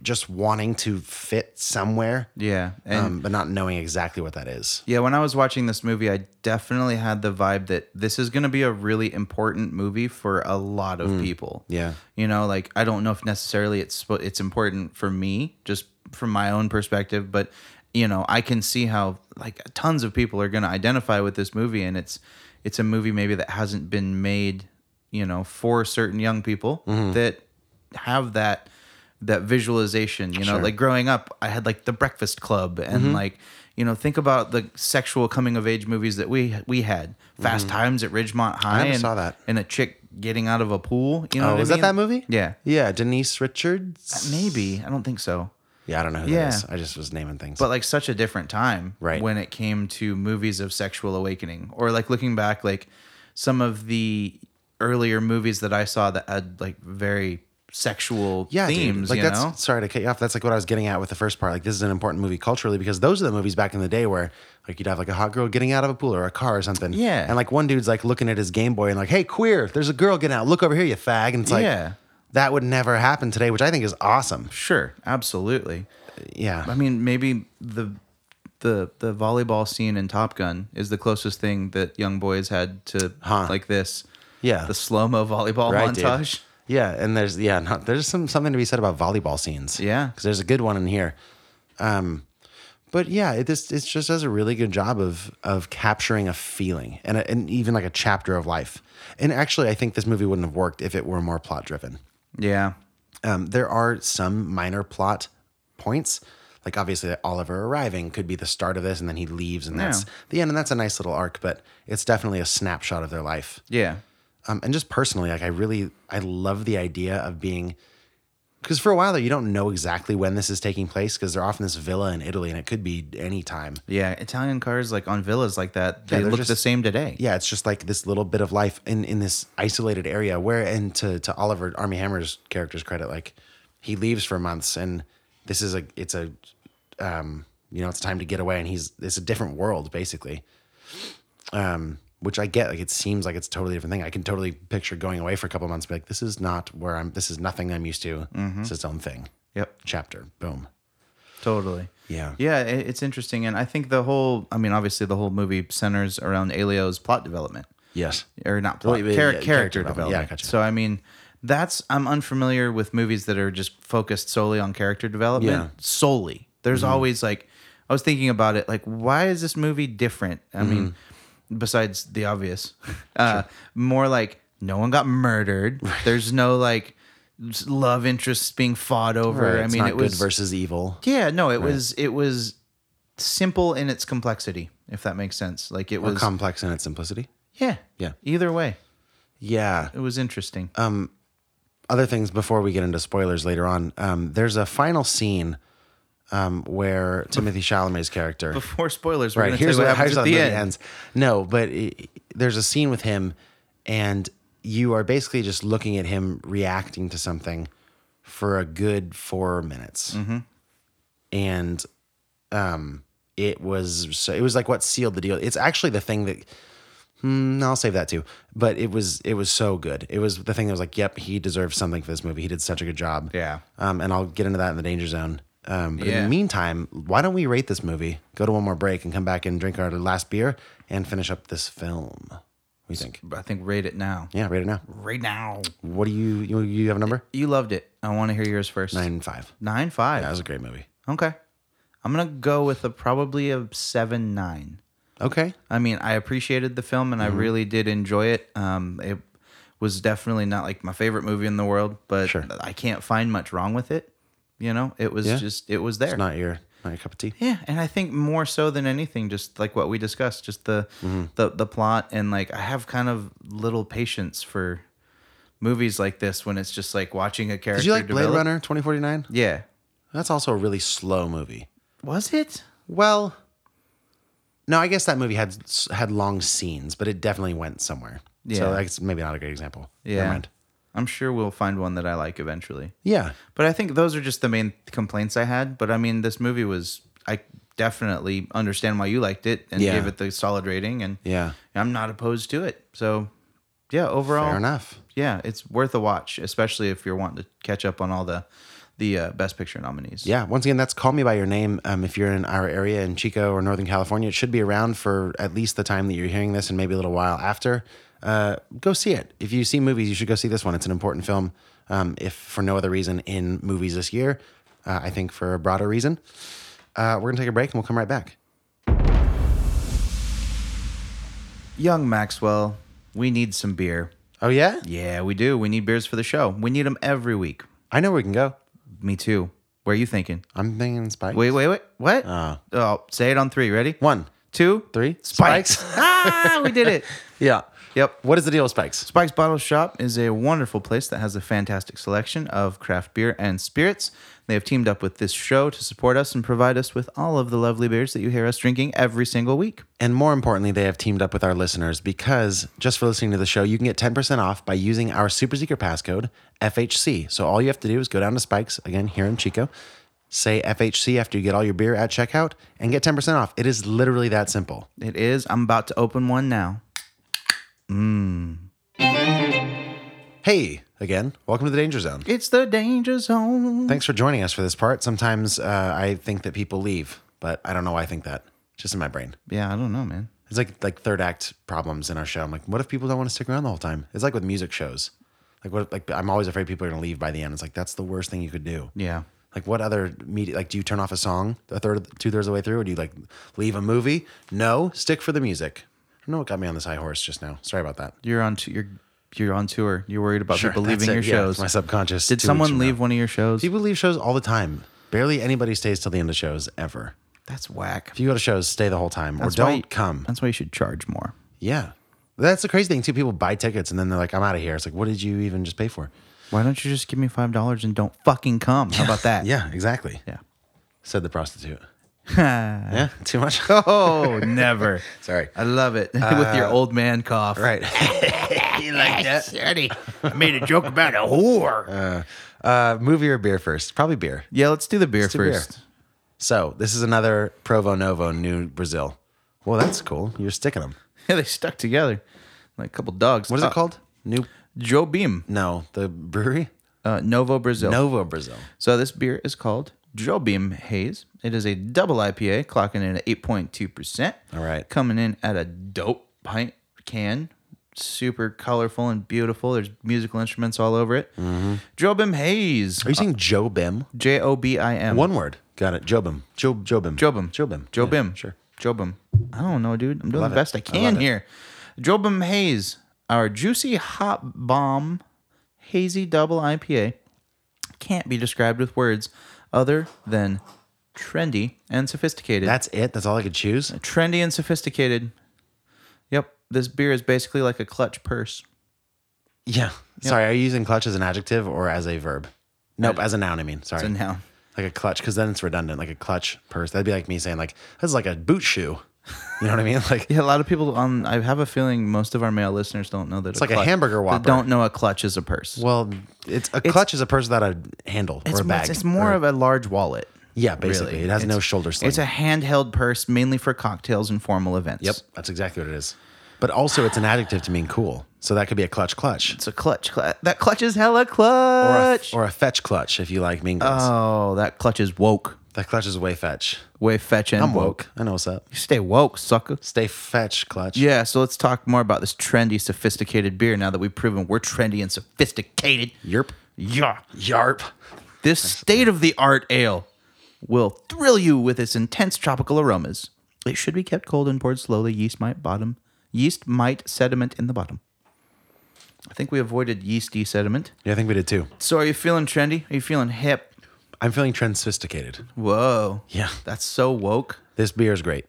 S1: just wanting to fit somewhere
S2: Yeah. And
S1: um, but not knowing exactly what that is
S2: Yeah, when I was watching this movie, I definitely had the vibe that this is going to be a really important movie for a lot of people.
S1: yeah.
S2: You know, like I don't know if necessarily it's spo- it's important for me just from my own perspective, but you know, I can see how like tons of people are going to identify with this movie and it's it's a movie maybe that hasn't been made, you know, for certain young people
S1: Mm-hmm.
S2: that have that that visualization you know like growing up i had like the breakfast club and
S1: Mm-hmm.
S2: like you know think about the sexual coming of age movies that we we had fast times at ridgemont high
S1: Mm-hmm. never
S2: and,
S1: saw that.
S2: and a chick getting out of a pool you know
S1: Oh,
S2: what I
S1: was that
S2: mean?
S1: that movie?
S2: yeah
S1: Yeah, Denise Richards.
S2: Uh, maybe i don't think so
S1: Yeah, I don't know who
S2: Yeah.
S1: that is. I just was naming things.
S2: but like such a different time
S1: Right.
S2: when it came to movies of sexual awakening or like looking back like some of the earlier movies that i saw that had like very sexual
S1: yeah, dude.
S2: themes
S1: Like
S2: you
S1: that's
S2: know
S1: sorry to cut you off. That's like what I was getting at with the first part. Like this is an important movie culturally because those are the movies back in the day where like you'd have like a hot girl getting out of a pool or a car or something.
S2: Yeah.
S1: And like one dude's like looking at his Game Boy and like, hey, queer, there's a girl getting out. Look over here, you fag. And it's like
S2: Yeah.
S1: that would never happen today, which I think is awesome.
S2: sure absolutely
S1: Yeah.
S2: I mean, maybe the the the volleyball scene in Top Gun is the closest thing that young boys had to
S1: Huh.
S2: like this.
S1: Yeah.
S2: the slow mo volleyball
S1: Right, dude.
S2: montage.
S1: Yeah, and there's yeah, not, there's some something to be said about volleyball scenes.
S2: Yeah.
S1: because there's a good one in here. Um, but yeah, it just it just does a really good job of of capturing a feeling and a, and even like a chapter of life. And actually, I think this movie wouldn't have worked if it were more plot driven.
S2: Yeah,
S1: Um, there are some minor plot points. Like obviously that Oliver arriving could be the start of this, and then he leaves, and that's
S2: Yeah.
S1: the end, and that's a nice little arc. But it's definitely a snapshot of their life
S2: yeah,
S1: um, and just personally like i really i love the idea of being because for a while there you don't know exactly when this is taking place because they're off in this villa in italy and it could be any time
S2: yeah. Italian cars like on villas like that, they
S1: they're
S2: look
S1: just-
S2: the same today.
S1: yeah it's just like this little bit of life in in this isolated area where and to to oliver army hammer's character's credit like he leaves for months and this is a it's a um you know it's time to get away and he's it's a different world basically um, which I get. Like it seems like it's a totally different thing. I can totally picture going away for a couple months, and be like, this is not where I'm. This is nothing I'm used to.
S2: Mm-hmm.
S1: It's its own thing.
S2: Yep,
S1: Chapter. Boom.
S2: totally.
S1: Yeah.
S2: Yeah, it, it's interesting, and I think the whole—I mean, obviously, the whole movie centers around Elio's plot development.
S1: Yes.
S2: or not plot,
S1: Well, yeah, yeah,
S2: char-
S1: character
S2: character,
S1: development.
S2: development.
S1: Yeah, gotcha.
S2: So I mean, that's I'm unfamiliar with movies that are just focused solely on character development.
S1: Yeah. Mm-hmm.
S2: Solely, there's always like I was thinking about it, like why is this movie different? I mean,
S1: Mm-hmm.
S2: besides the
S1: [laughs]
S2: obvious, uh, more like no one
S1: [laughs]
S2: got murdered. There's no like s- love interests being fought over. I
S1: It's
S2: mean,
S1: not
S2: it was
S1: good versus evil.
S2: yeah, no, it was it was simple in its complexity, if that makes sense. Like it
S1: Or
S2: was
S1: complex in its simplicity.
S2: yeah
S1: Yeah.
S2: Either way,
S1: Yeah.
S2: it was interesting.
S1: Other things before we get into spoilers later on. Um, there's a final scene um, where Timothy Chalamet's character.
S2: before spoilers, we're
S1: right.
S2: gonna
S1: Here's
S2: tell you
S1: what
S2: what
S1: here's
S2: happens
S1: how
S2: at
S1: the
S2: the
S1: movie
S2: end.
S1: ends. No, but it, there's a scene with him, and you are basically just looking at him reacting to something for a good four minutes,
S2: Mm-hmm.
S1: and um, it was so it was like what sealed the deal. It's actually the thing that. Hmm, I'll save that too, but it was it was so good. It was the thing that was like, yep, he deserves something for this movie. He did such a good job.
S2: Yeah.
S1: Um, and I'll get into that in the danger zone. Um, but in the
S2: Yeah.
S1: meantime, why don't we rate this movie, go to one more break, and come back and drink our last beer and finish up this film? What do you think?
S2: I think rate it now.
S1: Yeah, rate it now.
S2: Right now.
S1: What do you you, you have a number?
S2: You loved it. I want to hear yours first.
S1: Nine and five.
S2: Nine five.
S1: That was a great movie.
S2: okay. I'm gonna go with a probably a seven nine.
S1: Okay.
S2: I mean, I appreciated the film and
S1: Mm-hmm.
S2: I really did enjoy it. Um, it was definitely not like my favorite movie in the world, but
S1: Sure.
S2: I can't find much wrong with it. You know, it was
S1: Yeah.
S2: just it was there.
S1: It's not your not your cup of tea.
S2: Yeah, and I think more so than anything, just like what we discussed, just the
S1: Mm-hmm.
S2: the the plot and like I have kind of little patience for movies like this when it's just like watching a character.
S1: Did you like Blade
S2: develop.
S1: Runner 2049?
S2: Yeah.
S1: That's also a really slow movie.
S2: Was it?
S1: Well, no, I guess that movie had had long scenes, but it definitely went somewhere.
S2: Yeah.
S1: So that's maybe not a great example. Never
S2: Yeah.
S1: mind.
S2: I'm sure we'll find one that I like eventually.
S1: Yeah.
S2: But I think those are just the main complaints I had. But I mean, this movie was I definitely understand why you liked it and
S1: Yeah.
S2: gave it the solid rating, and
S1: Yeah.
S2: I'm not opposed to it. So, yeah, overall,
S1: Fair enough.
S2: yeah, it's worth a watch, especially if you're wanting to catch up on all the the uh, best picture nominees.
S1: Yeah. Once again, that's Call Me By Your Name. Um, if you're in our area in Chico or Northern California, it should be around for at least the time that you're hearing this and maybe a little while after. Uh, go see it. If you see movies, you should go see this one. It's an important film, um, if for no other reason, in movies this year. Uh, I think for a broader reason. Uh, we're going to take a break and we'll come right back.
S2: Young Maxwell, we need some beer.
S1: Oh, yeah?
S2: Yeah, we do. We need beers for the show. We need them every week.
S1: I know where we can go.
S2: Me too. Where are you thinking?
S1: I'm thinking Spike.
S2: Wait, wait, wait. What?
S1: Oh.
S2: oh, say it on three. Ready?
S1: One,
S2: two,
S1: three.
S2: Spikes. [laughs] ah, we did it.
S1: [laughs] yeah.
S2: Yep.
S1: What is the deal with Spikes?
S2: Spike's Bottle Shop is a wonderful place that has a fantastic selection of craft beer and spirits. They have teamed up with this show to support us and provide us with all of the lovely beers that you hear us drinking every single week.
S1: And more importantly, they have teamed up with our listeners because just for listening to the show, you can get 10% off by using our Super Seeker passcode, FHC. So all you have to do is go down to Spikes, again, here in Chico, say FHC after you get all your beer at checkout, and get 10% off. It is literally that simple.
S2: It is. I'm about to open one now.
S1: Hey, again, welcome to the Danger Zone.
S2: It's the danger zone.
S1: Thanks for joining us for this part. Sometimes uh, I think that people leave, but I don't know why I think that. It's just in my brain.
S2: Yeah, I don't know, man.
S1: It's like like third act problems in our show. I'm like, what if people don't want to stick around the whole time? It's like with music shows. Like what like I'm always afraid people are gonna leave by the end. It's like that's the worst thing you could do.
S2: Yeah.
S1: Like what other media like do you turn off a song a third two thirds of the way through or do you like leave a movie? No, stick for the music. I don't know what got me on this high horse just now. Sorry about that.
S2: You're on t- you're you're on tour. You're worried about people
S1: that's
S2: leaving your
S1: it. Yeah,
S2: shows.
S1: my subconscious.
S2: Did
S1: two weeks
S2: someone
S1: from now.
S2: leave one of your shows?
S1: People leave shows all the time. Barely anybody stays till the end of shows ever.
S2: That's whack.
S1: If you go to shows, stay the whole time
S2: That's
S1: or
S2: why
S1: don't
S2: you-
S1: come.
S2: That's why you should charge more.
S1: Yeah. That's the crazy thing too. People buy tickets and then they're like, I'm out of here. It's like, what did you even just pay for?
S2: Why don't you just give me five dollars and don't fucking come? How about that?
S1: [laughs] Yeah, exactly.
S2: Yeah.
S1: Said
S6: [laughs]
S1: the prostitute. yeah, too much. [laughs]
S2: Oh, never.
S1: Sorry. Uh,
S2: I love it. [laughs] With your old man
S6: [laughs]
S2: cough.
S1: Right.
S2: You like that?
S6: I made a joke about a whore.
S1: [laughs] Uh, movie or beer first? Probably beer.
S2: Yeah, let's do the beer
S1: do beer.
S2: first. [laughs]
S1: So this is another Provo Novo, New Brazil. Well, that's cool. You're sticking them.
S2: Yeah, they stuck together like a couple dogs.
S1: What is
S2: Uh,
S1: it called? New?
S2: Joe Beam.
S1: No, the brewery.
S2: Uh, Novo Brazil.
S1: Novo Brazil.
S2: So this beer is called Joe Beam Haze. It is a double IPA, clocking in at 8.2%.
S1: All right.
S2: Coming in at a dope pint can. Super colorful and beautiful. There's musical instruments all over it. Joe Beam Haze.
S1: Mm-hmm. Are you saying Joe Bim?
S2: J O B I M.
S1: One word. Got it. Jobim. Job. Jobim.
S2: Jobim.
S1: Jobim.
S2: Jobim.
S1: Yeah, sure.
S2: Jobim. I don't know, dude. I'm doing
S1: Love
S2: the
S1: it.
S2: best I
S1: I
S2: can
S1: love it.
S2: here. Jobim Haze, our juicy hop bomb hazy double IPA, can't be described with words other than trendy and sophisticated.
S1: That's it. That's all I could choose.
S2: trendy and sophisticated. Yep. This beer is basically like a clutch purse.
S1: Yeah. Sorry, are you using clutch as an adjective or as a verb? Nope, as a noun, I mean. Sorry.
S2: It's a noun.
S1: Like a clutch, because then it's redundant. Like a clutch purse. That'd be like me saying, like, this is like a boot shoe. You know what I mean? [laughs] Like,
S2: [laughs] Yeah, a lot of people on. I have a feeling most of our male listeners don't know that it's
S1: like a hamburger Whopper.
S2: Don't know a clutch is a purse.
S1: well, it's a clutch is a purse without a handle or
S2: it's,
S1: a
S2: mo-
S1: bag.
S2: it's more
S1: or-
S2: of a large wallet.
S1: Yeah, basically.
S2: really.
S1: It has no
S2: It's-
S1: shoulder sling.
S2: It's a handheld purse mainly for cocktails and formal events.
S1: yep, that's exactly what it is. But also, it's an adjective to mean cool. So that could be a clutch clutch.
S2: It's a clutch. Cl- that clutch is hella
S1: Or a,
S2: clutch.
S1: or a fetch clutch if you like mingles.
S2: oh, that clutch is woke.
S1: That clutch is way fetch.
S2: Way fetch and
S1: I'm
S2: woke.
S1: woke. I know what's up.
S2: You stay woke, sucker.
S1: Stay fetch, clutch.
S2: Yeah, so let's talk more about this trendy, sophisticated beer now that we've proven we're trendy and sophisticated.
S1: Yerp.
S2: Yeah.
S1: Yarp.
S2: This state of the art ale will thrill you with its intense tropical aromas. It should be kept cold and poured slowly. Yeast might bottom. Yeast might sediment in the bottom. I think we avoided yeasty sediment.
S1: Yeah, I think we did too.
S2: So are you feeling trendy? Are you feeling hip?
S1: I'm feeling trend sophisticated.
S2: Whoa.
S1: Yeah.
S2: That's so woke.
S1: This beer is great.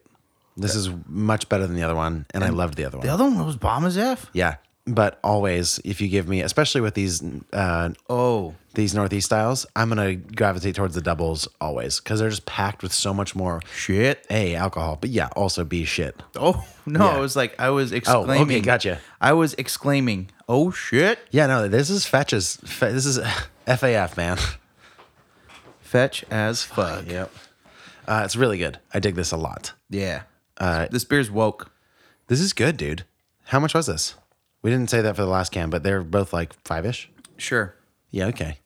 S1: This is much better than the other one, and, I loved the other one.
S2: The other one was bomb as F.
S1: yeah, but always if you give me, especially with these uh,
S2: Oh.
S1: these northeast styles, I'm gonna gravitate towards the doubles always because they're just packed with so much more
S2: Shit.
S1: a alcohol, but yeah, also b shit.
S2: Oh no!
S1: Yeah.
S2: I was like, I was exclaiming.
S1: gotcha.
S2: I was exclaiming, "Oh shit!"
S1: Yeah, no, this is fetches. Fe- this is [laughs] FAF man.
S2: Fetch as fuck.
S1: yep, uh, it's really good. I dig this a lot.
S2: Yeah. this beer's woke.
S1: This is good, dude. How much was this? We didn't say that for the last can, but they're both like five ish.
S2: Sure.
S1: Yeah. Okay.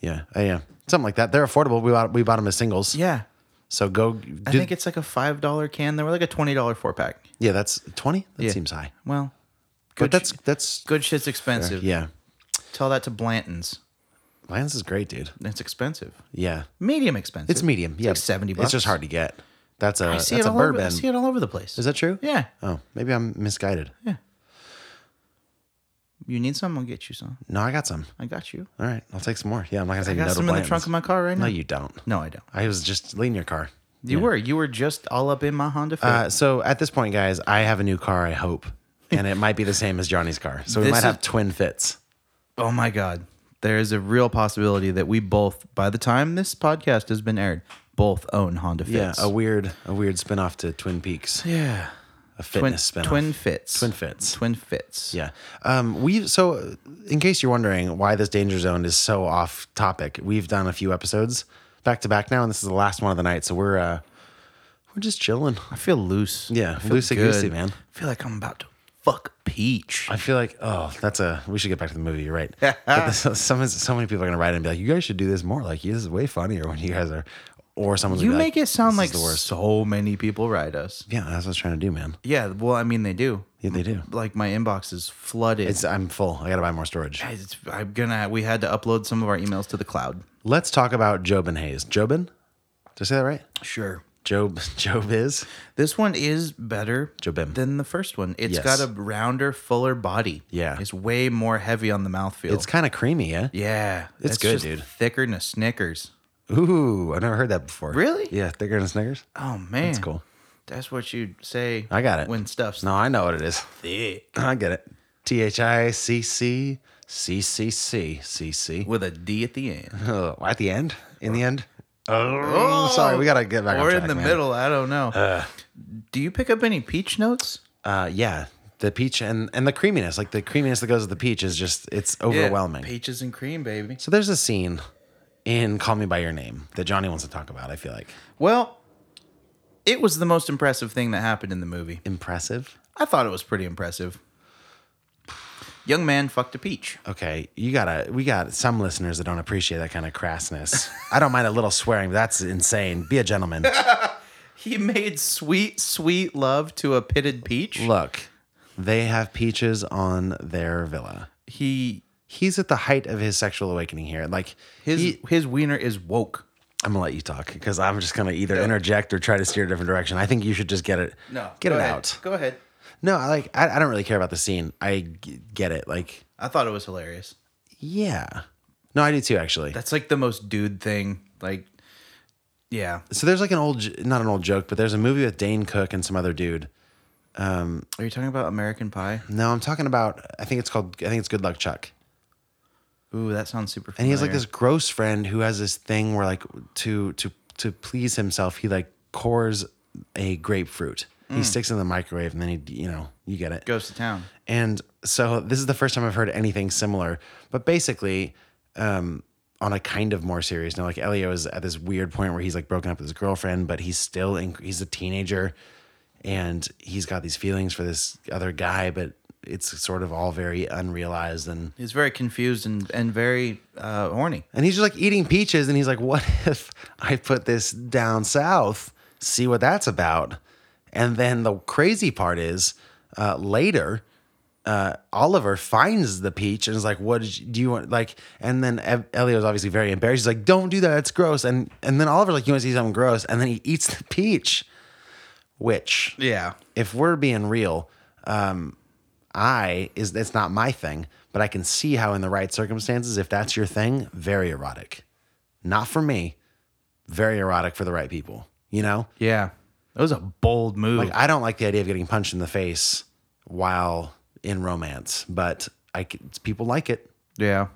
S1: Yeah. Uh, yeah. Something like that. They're affordable. We bought we bought them as singles.
S2: Yeah.
S1: So go. Do,
S2: I think it's like a five dollar can. They were like a twenty dollar four pack.
S1: yeah. That's twenty. That
S2: Yeah.
S1: seems high.
S2: Well,
S1: But
S2: good.
S1: that's
S2: sh-
S1: that's
S2: good. Shit's expensive.
S1: yeah.
S2: Tell that to Blanton's.
S1: Lions is great, dude.
S2: It's expensive.
S1: Yeah.
S2: Medium expensive.
S1: It's medium. Yeah.
S2: like 70
S1: It's just
S2: bucks.
S1: hard to get. That's a
S2: I see
S1: that's
S2: it
S1: a
S2: all Over, I
S1: bourbon.
S2: see it all over the place.
S1: Is that true?
S2: Yeah.
S1: Oh, maybe I'm misguided.
S2: You need some? I'll get you some.
S1: No, I got some.
S2: I got you.
S1: All right, I'll take some more. Yeah, I'm not gonna say
S2: I got
S1: no
S2: some
S1: to
S2: in the
S1: Blanton's.
S2: trunk of my car right now.
S1: No, you don't.
S2: No, I don't.
S1: I was just lean your car.
S2: You were. You were just all up in my Honda Fit.
S1: Uh, so at this point, guys, I have a new car. I hope, and it might be the same as Johnny's car. So we
S2: This
S1: might
S2: is-
S1: have twin fits.
S2: oh my God. There is a real possibility that we both, by the time this podcast has been aired, both own Honda Fits.
S1: Yeah, a weird, a weird spinoff to Twin Peaks.
S2: yeah.
S1: A
S2: Twin,
S1: fitness spinoff.
S2: twin Fits.
S1: Twin Fits.
S2: Twin Fits.
S1: yeah. Um, we so, uh, in case you're wondering why this danger zone is so off topic, we've done a few episodes back to back now, and this is the last one of the night. So we're uh, we're just chilling.
S2: I feel loose.
S1: Yeah,
S2: I feel
S1: loosey-goosey,
S2: good.
S1: man.
S2: I feel like I'm about to fuck Peach.
S1: I feel like oh, that's a we should get back to the movie. You're [laughs] right. but this, some so many people are gonna write in and be like, you guys should do this more. Like, this is way funnier when you guys are, or someone's
S2: you
S1: gonna be
S2: make it sound
S1: "This
S2: like
S1: is the worst.
S2: so many people write us.
S1: Yeah, that's what I was trying to do, man.
S2: Yeah. Well, I mean, they do.
S1: Yeah, they do.
S2: Like my inbox is flooded.
S1: It's I'm full. I gotta buy more storage.
S2: Guys, it's- I'm gonna. We had to upload some of our emails to the cloud.
S1: Let's talk about Jobin Hayes. Jobin? Did I say that right?
S2: Sure.
S1: Job [laughs] Job is.
S2: This one is better
S1: Jobim.
S2: than the first one. It's
S1: Yes.
S2: got a rounder, fuller body.
S1: Yeah.
S2: It's way more heavy on the mouthfeel.
S1: It's kind of creamy, yeah.
S2: yeah.
S1: It's good, dude.
S2: Thicker than a Snickers.
S1: Ooh, I've never heard that before.
S2: Really?
S1: Yeah, thicker than Snickers.
S2: Oh man.
S1: That's cool.
S2: That's what you say.
S1: I got it.
S2: When stuff's
S1: No, I know what it is.
S2: thick.
S1: I get it. T H I C C C C C C C.
S2: With a D at the end.
S1: Oh, at the end? In the end? Oh, sorry. We gotta get back. on
S2: or in
S1: track,
S2: the
S1: man.
S2: middle, I don't know. Do you pick up any peach notes?
S1: Uh, yeah, the peach and and the creaminess, like the creaminess that goes with the peach, is just it's overwhelming.
S2: Peaches and cream, baby.
S1: So there's a scene in Call Me by Your Name that Johnny wants to talk about. I feel like
S2: Well, it was the most impressive thing that happened in the movie.
S1: impressive.
S2: I thought it was pretty impressive. Young man fucked a peach.
S1: Okay, you gotta. We got some listeners that don't appreciate that kind of crassness. I don't mind a little swearing, but that's insane. Be a
S2: [laughs]
S1: gentleman.
S2: He made sweet, sweet love to a pitted peach.
S1: Look, they have peaches on their villa.
S2: He
S1: He's at the height of his sexual awakening here. Like
S2: his
S1: he-
S2: his wiener is woke.
S1: I'm gonna let you talk because I'm just gonna either interject or try to steer a different direction. I think you should just get it. get
S2: go
S1: it
S2: ahead.
S1: out.
S2: Go ahead.
S1: No, I like I, I don't really care about the scene. I g- get it. Like,
S2: I thought it was hilarious.
S1: yeah. No, I do too. Actually,
S2: That's like the most dude thing. Like, yeah.
S1: so there's like an old, j- not an old joke, but there's a movie with Dane Cook and some other dude.
S2: Are you talking about American Pie?
S1: No, I'm talking about. I think it's called. I think it's Good Luck Chuck.
S2: Ooh, that sounds super.
S1: and he
S2: Familiar.
S1: has like this gross friend who has this thing where like to to to please himself he like cores a grapefruit he sticks it in the microwave and then he you know you get it
S2: goes to town.
S1: and so this is the first time i've heard anything similar but basically um on a kind of more serious note like elio is at this weird point where he's like broken up with his girlfriend but he's still in, he's a teenager and he's got these feelings for this other guy but it's sort of all very unrealized and
S2: He's very confused and and very uh, horny.
S1: and he's just like eating peaches and he's like what if i put this down south see what that's about and then the crazy part is uh, later uh, oliver finds the peach and is like what did you, do you want like and then Ev- elio's obviously very embarrassed he's like don't do that it's gross and and then oliver's like you want to see something gross and then he eats the peach which
S2: Yeah.
S1: if we're being real, um, I is that's not my thing, but I can see how in the right circumstances, if that's your thing, very erotic. Not for me, very erotic for the right people. You know,
S2: Yeah. That was a bold move.
S1: like I don't like the idea of getting punched in the face while in romance, but I c- people like it.
S2: yeah.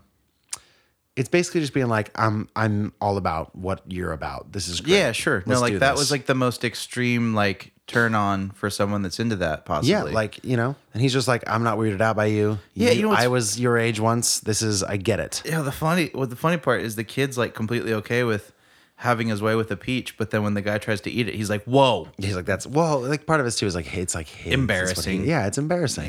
S1: It's basically just being like, I'm I'm all about what you're about. This is great.
S2: Yeah, sure.
S1: Let's
S2: no, like
S1: do
S2: that
S1: this."
S2: was like the most extreme like turn on for someone that's into that possibly.
S1: Yeah, like you know, and he's just like, I'm not weirded out by you.
S2: Yeah, you know what's-
S1: I was your age once. This is, I get it.
S2: Yeah, the funny what the funny part is the kid's like completely okay with having his way with a peach, but then when the guy tries to eat it, he's like, "Whoa."
S1: He's like, that's well, like part of us too is like, hey, it's like his. It's what
S2: Embarrassing.
S1: he- yeah, it's embarrassing.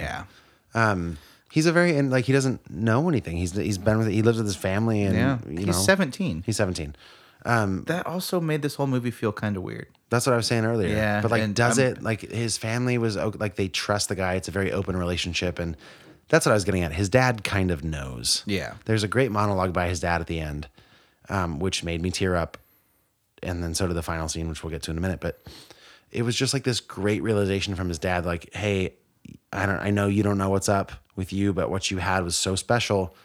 S2: Yeah.
S1: He's a very and like he doesn't know anything. He's he's been with he lives with his family and
S2: Yeah.
S1: Mm, you
S2: he's
S1: know,
S2: 17.
S1: He's seventeen.
S2: that also made this whole movie feel kind of weird.
S1: That's what I was saying earlier.
S2: Yeah,
S1: but like,
S2: and
S1: does
S2: I'm-
S1: it like his family was o- like they trust the guy? It's a very open relationship, and that's what I was getting at. His dad kind of knows.
S2: Yeah.
S1: there's a great monologue by his dad at the end, um, which made me tear up, and then so did the final scene, which we'll get to in a minute. But it was just like this great realization from his dad, like, hey, I don't, I know you don't know what's up with you, but what you had was so special.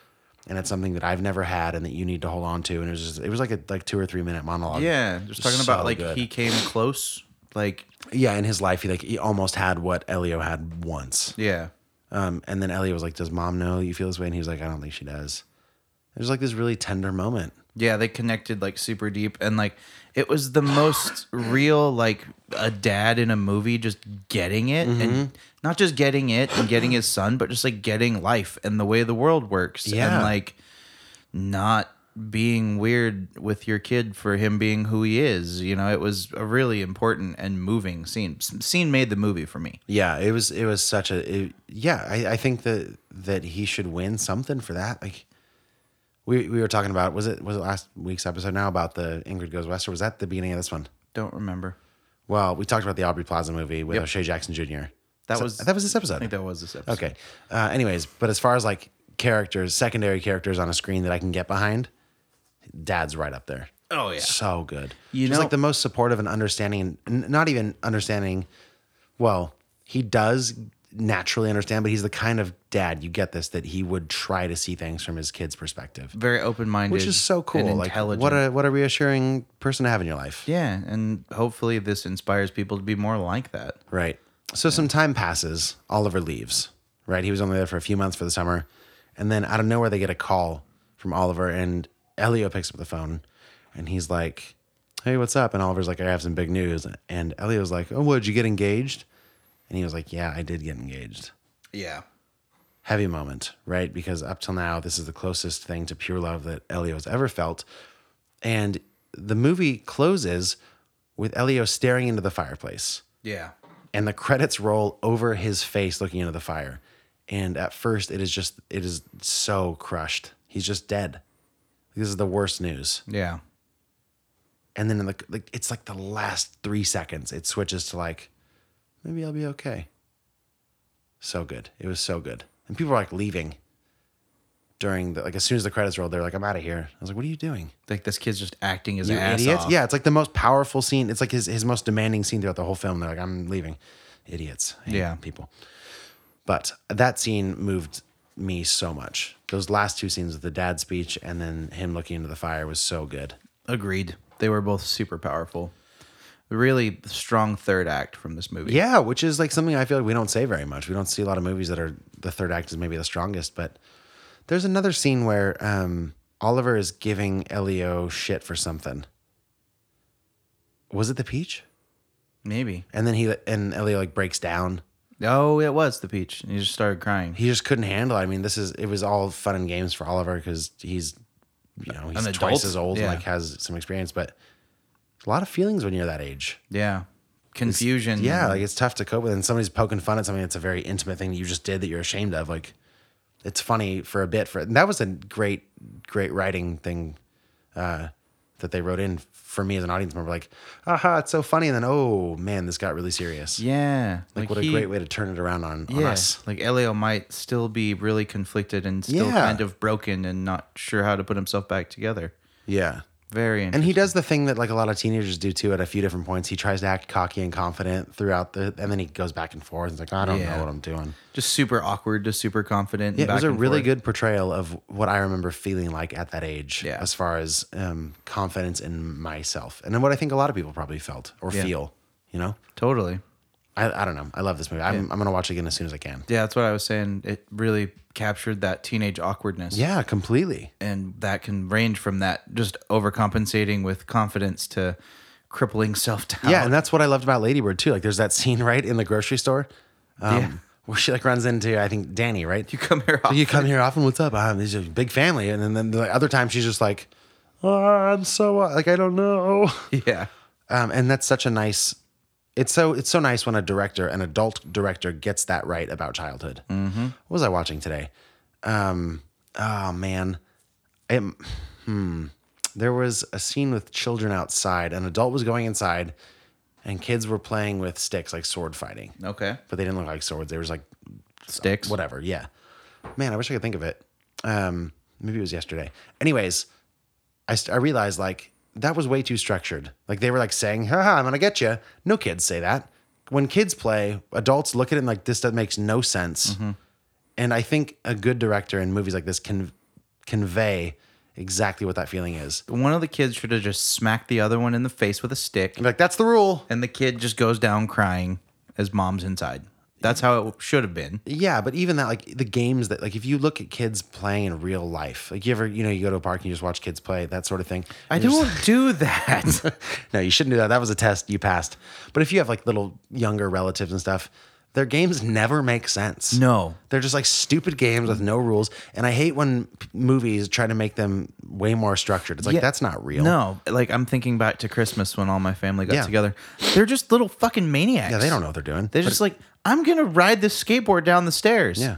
S1: And it's something that I've never had, and that you need to hold on to. And it was just, it was like a like two or three minute monologue.
S2: Yeah, just talking about
S1: Oh, So
S2: like
S1: good
S2: he came close, like
S1: yeah, in his life, he like he almost had what Elio had once.
S2: yeah.
S1: Um, and then Elio was like, "Does mom know you feel this way?" And he was like, "I don't think she does." It was like this really tender moment.
S2: Yeah, they connected like super deep and like it was the most real like a dad in a movie just getting it
S1: Mm-hmm.
S2: and not just getting it and getting his son, but just like getting life and the way the world works
S1: Yeah.
S2: and like not being weird with your kid for him being who he is. You know, it was a really important and moving scene. S- Scene made the movie for me.
S1: Yeah, it was it was such a it, yeah. I, I think that that he should win something for that. Like we we were talking about was it was it last week's episode now about the Ingrid Goes West or was that the beginning of this one?
S2: Don't remember.
S1: Well, we talked about the Aubrey Plaza movie with O'Shea Jackson Jr.
S2: That
S1: So-
S2: was-
S1: that was this episode.
S2: I think that was this episode.
S1: Okay. Uh, anyways, but as far as like characters, secondary characters on a screen that I can get behind, Dad's right up there.
S2: Oh, yeah.
S1: so good.
S2: You
S1: Just
S2: know-
S1: like the most supportive and understanding, and n- not even understanding. Well, he does naturally understand, but he's the kind of dad you get this that he would try to see things from his kid's perspective,
S2: Very open minded.
S1: which is so cool. Like
S2: intelligent.
S1: what a what a reassuring person to have in your life.
S2: Yeah, and hopefully this inspires people to be more like that.
S1: Right. So some time passes. Oliver leaves. Right. He was only there for a few months for the summer, and then out of nowhere they get a call from Oliver, and Elio picks up the phone, and he's like, "Hey, what's up?" And Oliver's like, "I have some big news." And Elio's like, "Oh, what, did you get engaged?" And he was like, "Yeah, I did get engaged."
S2: Yeah.
S1: Heavy moment, right? Because up till now, this is the closest thing to pure love that Elio has ever felt. And the movie closes with Elio staring into the fireplace
S2: Yeah.
S1: and the credits roll over his face looking into the fire and at first it is just it is so crushed he's just dead this is the worst news
S2: Yeah.
S1: and then in the like it's like the last three seconds it switches to like maybe i'll be okay so good it was so good and people were like leaving during the like as soon as the credits rolled they're like i'm out of here i was like what are you doing
S2: Like this kid's just acting his
S1: you
S2: ass
S1: idiots
S2: off.
S1: yeah it's like the most powerful scene it's like his, his most demanding scene throughout the whole film they're like i'm leaving idiots I hate
S2: Yeah.
S1: people But that scene moved me so much. Those last two scenes with the dad speech and then him looking into the fire was so good.
S2: Agreed. They were both super powerful. Really strong third act from this movie.
S1: Yeah, which is like something I feel like we don't say very much. We don't see a lot of movies that are the third act is maybe the strongest, but there's another scene where um, Oliver is giving Elio shit for something. Was it the peach?
S2: Maybe.
S1: And then he and Elio like breaks down.
S2: Oh, it was the peach. And he just started crying.
S1: He just couldn't handle. It. I mean, this is it was all fun and games for Oliver because he's you know he's
S2: An
S1: twice
S2: adult?
S1: as old
S2: Yeah.
S1: and like has some experience, but a lot of feelings when you're that age.
S2: yeah. confusion.
S1: yeah, like it's tough to cope with. And somebody's poking fun at something that's a very intimate thing that you just did that you're ashamed of. Like, it's funny for a bit. For and that was a great, great writing thing uh, that they wrote in for me as an audience member. Like, aha, it's so funny. And then, oh man, this got really serious.
S2: yeah.
S1: Like, what a
S2: he-
S1: great way to turn it around on, on us.
S2: Like Elio might still be really conflicted and still
S1: Yeah.
S2: kind of broken and not sure how to put himself back together.
S1: Yeah.
S2: Very
S1: And
S2: interesting.
S1: he does the thing that like a lot of teenagers do too at a few different points. He tries to act cocky and confident throughout the, and then he goes back and forth. It's like, I don't
S2: Yeah.
S1: know what I'm doing.
S2: just super awkward, just super confident.
S1: Yeah,
S2: and
S1: it was
S2: back
S1: a
S2: and
S1: really
S2: forth.
S1: good portrayal of what I remember feeling like at that age,
S2: Yeah.
S1: as far as um, confidence in myself, and then what I think a lot of people probably felt or
S2: Yeah.
S1: feel. You know,
S2: Totally.
S1: I, I don't know. I love this movie. I'm, I'm gonna watch it again as soon as I can.
S2: Yeah, that's what I was saying. It really captured that teenage awkwardness.
S1: Yeah, completely.
S2: And that can range from that just overcompensating with confidence to crippling self doubt.
S1: Yeah, and that's what I loved about Ladybird too. Like, there's that scene right in the grocery store, um,
S2: Yeah.
S1: where she like runs into I think Danny, right?
S2: you [laughs] come here
S1: So
S2: off.
S1: you come here often. What's up? Um, this is a big family, and then, then the other time she's just like, oh, I'm so uh, like I don't [laughs] know.
S2: yeah.
S1: um, and that's such a nice it's so it's so nice when a director an adult director gets that right about childhood mm-hmm. what was i watching today um oh man It- hmm. there was a scene with children outside an adult was going inside and kids were playing with sticks like sword fighting
S2: [laughs] Okay.
S1: but they didn't look like swords they were just like
S2: Sticks.
S1: whatever yeah man i wish i could think of it um maybe it was yesterday anyways i, st- I realized like that was way too structured like they were like saying haha i'm gonna get you no kids say that when kids play adults look at it and like this that makes no sense and i think a good director in movies like this can convey exactly what that feeling is
S2: One of the kids should have just smacked the other one in the face with a stick.
S1: like that's the rule
S2: and the kid just goes down crying as mom's inside. That's how it should have been.
S1: Yeah, but even that, like the games that, like if you look at kids playing in real life, like you ever, you know, you go to a park and you just watch kids play that sort of thing.
S2: I
S1: You're just
S2: don't [laughs]
S1: [laughs]
S2: do that.
S1: like, no, you shouldn't do that. That was a test you passed. But if you have like little younger relatives and stuff, their games never make sense.
S2: No.
S1: they're just like stupid games with no rules. And I hate when p- movies try to make them way more structured. It's like
S2: Yeah.
S1: that's not real.
S2: No, like I'm thinking back to Christmas when all my family got
S1: Yeah.
S2: together. They're just little fucking maniacs.
S1: yeah, they don't know what they're doing.
S2: They're just like, I'm gonna ride this skateboard down the stairs.
S1: yeah,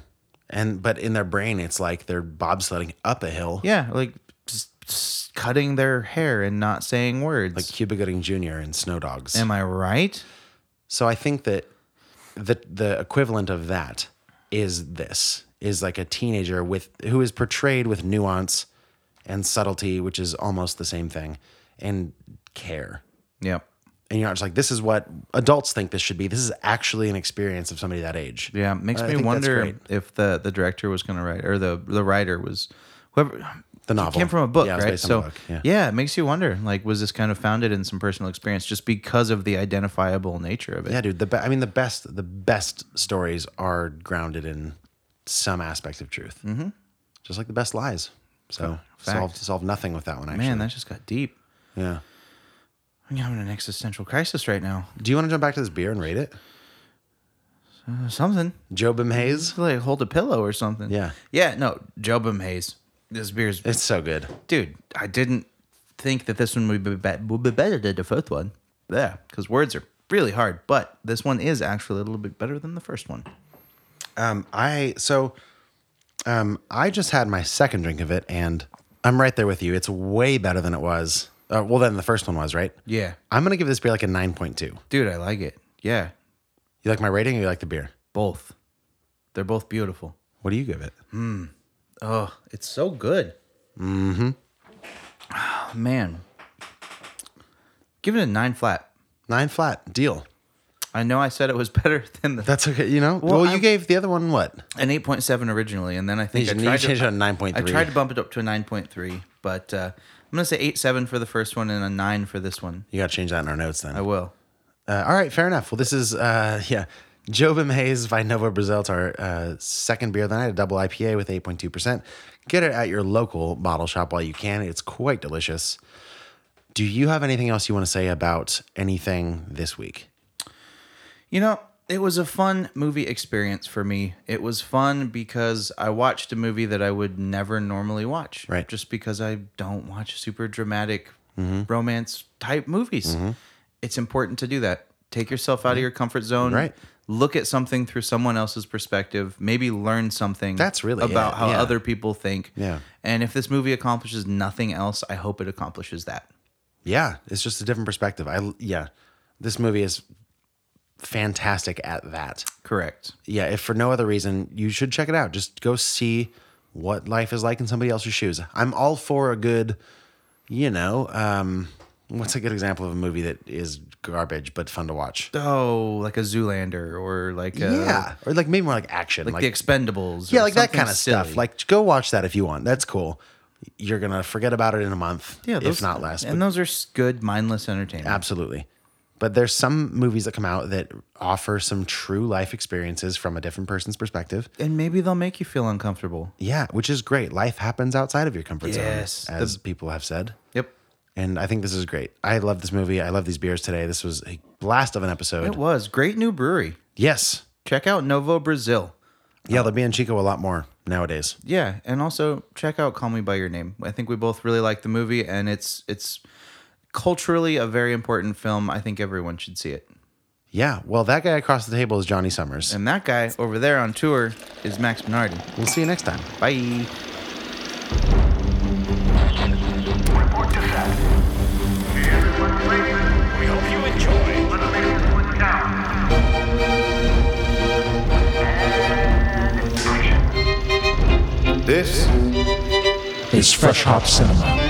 S1: and but in their brain, it's like they're bobsledding up a hill.
S2: yeah, like just, just cutting their hair and not saying words.
S1: like Cuba Gooding Jr. and Snow Dogs.
S2: am I right?
S1: So I think that the the equivalent of that is this is like a teenager with who is portrayed with nuance and subtlety, which is almost the same thing, and care.
S2: Yep.
S1: And you're not just like this is what adults think this should be. This is actually an experience of somebody that age.
S2: Yeah, it makes
S1: I
S2: me
S1: think that's
S2: wonder
S1: great.
S2: if the the director was gonna write or the the writer was whoever
S1: The novel
S2: came from a book,
S1: Yeah, it was
S2: right?
S1: based on
S2: So
S1: a book,
S2: Yeah.
S1: yeah.
S2: it makes you wonder. Like, was this kind of founded in some personal experience just because of the identifiable nature of it?
S1: yeah, dude. The be- I mean, the best the best stories are grounded in some aspect of truth, mm-hmm. just like the best lies. So
S2: Fact.
S1: solved solved nothing with that one. Actually,
S2: Man, that just got deep.
S1: yeah.
S2: I'm having an existential crisis right now.
S1: Do you want to jump back to this beer and rate it?
S2: Something
S1: Jobim Hayes.
S2: like hold a pillow or something.
S1: Yeah.
S2: yeah. No, Jobim Hayes. This beer's
S1: It's so good.
S2: dude. I didn't think that this one would be, be- would be better than the fourth one. Yeah, because words are really hard, but this one is actually a little bit better than the first one.
S1: Um, I so um, I just had my second drink of it, and I'm right there with you. It's way better than it was. Uh, well, than the first one was, right?
S2: Yeah,
S1: I'm gonna give this beer like a nine point two.
S2: dude, I like it. Yeah,
S1: You like my rating, or you like the beer?
S2: both. They're both beautiful.
S1: What do you give it?
S2: Oh, it's so good. Mm-hmm. [sighs] man. Give it a nine flat.
S1: Nine flat deal.
S2: I know I said it was [laughs] better than the
S1: That's okay. You know. Well, you
S2: I'm-
S1: gave the other one what?
S2: an eight point seven originally, and then I think
S1: You
S2: I
S1: should-
S2: tried
S1: you
S2: to-
S1: changed it to 9.3.
S2: I tried to bump it up to a nine point three, but uh, I'm gonna say eight seven for the first one and a nine for this one.
S1: You got to change that in our notes then.
S2: I will.
S1: Uh, all right, fair enough. Well, this is uh, yeah, Jobim Hayes by Novo Brazil. It's our uh, second beer of the night, a double IPA with 8.2%. Get it at your local bottle shop while you can. It's quite delicious. Do you have anything else you want to say about anything this week?
S2: You know, it was a fun movie experience for me. It was fun because I watched a movie that I would never normally watch.
S1: Right.
S2: Just because I don't
S1: Mm-hmm.
S2: watch super dramatic romance type movies. It's important to do that. take yourself out of your comfort zone.
S1: Right.
S2: Look at something through someone else's perspective. Maybe learn something.
S1: That's really
S2: about
S1: it,
S2: how
S1: yeah.
S2: other people think.
S1: Yeah.
S2: And if this movie accomplishes nothing else, I hope it accomplishes that.
S1: Yeah, it's just a different perspective. I yeah, this movie is fantastic at that.
S2: Correct.
S1: Yeah, if for no other reason, you should check it out. Just go see what life is like in somebody else's shoes. I'm all for a good, you know, um, what's a good example of a movie that is garbage but fun to watch?
S2: Oh, like a Zoolander or like a,
S1: yeah, or like maybe more like action,
S2: like, the Expendables. or
S1: yeah, like that
S2: something
S1: kind of stuff.
S2: silly.
S1: Like go watch that if you want. That's cool. You're gonna forget about it in a month,
S2: yeah, those,
S1: if not less. but-
S2: And those are s- good mindless entertainment.
S1: Absolutely. But there's some movies that come out that offer some true life experiences from a different person's perspective.
S2: And maybe they'll make you feel uncomfortable.
S1: Yeah, which is great. Life happens outside of your comfort
S2: Yes.
S1: zone, as people have said.
S2: Yep.
S1: And I think this is great. I love this movie. I love these beers today. This was a blast of an episode.
S2: It was great new brewery.
S1: yes.
S2: Check out Novo Brazil. Oh.
S1: Yeah, they're being Chico a lot more nowadays.
S2: Yeah, and also check out Call Me by Your Name. I think we both really like the movie, and it's it's culturally a very important film. I think everyone should see it.
S1: Yeah. Well, that guy across the table is Johnny Summers.
S2: And that guy over there on tour is Max Minardi.
S1: We'll see you next time.
S2: Bye.
S4: Report to set. Everyone ready? We hope you enjoy. Let's make this one count. And action.
S5: This
S7: is Fresh Hop Cinema.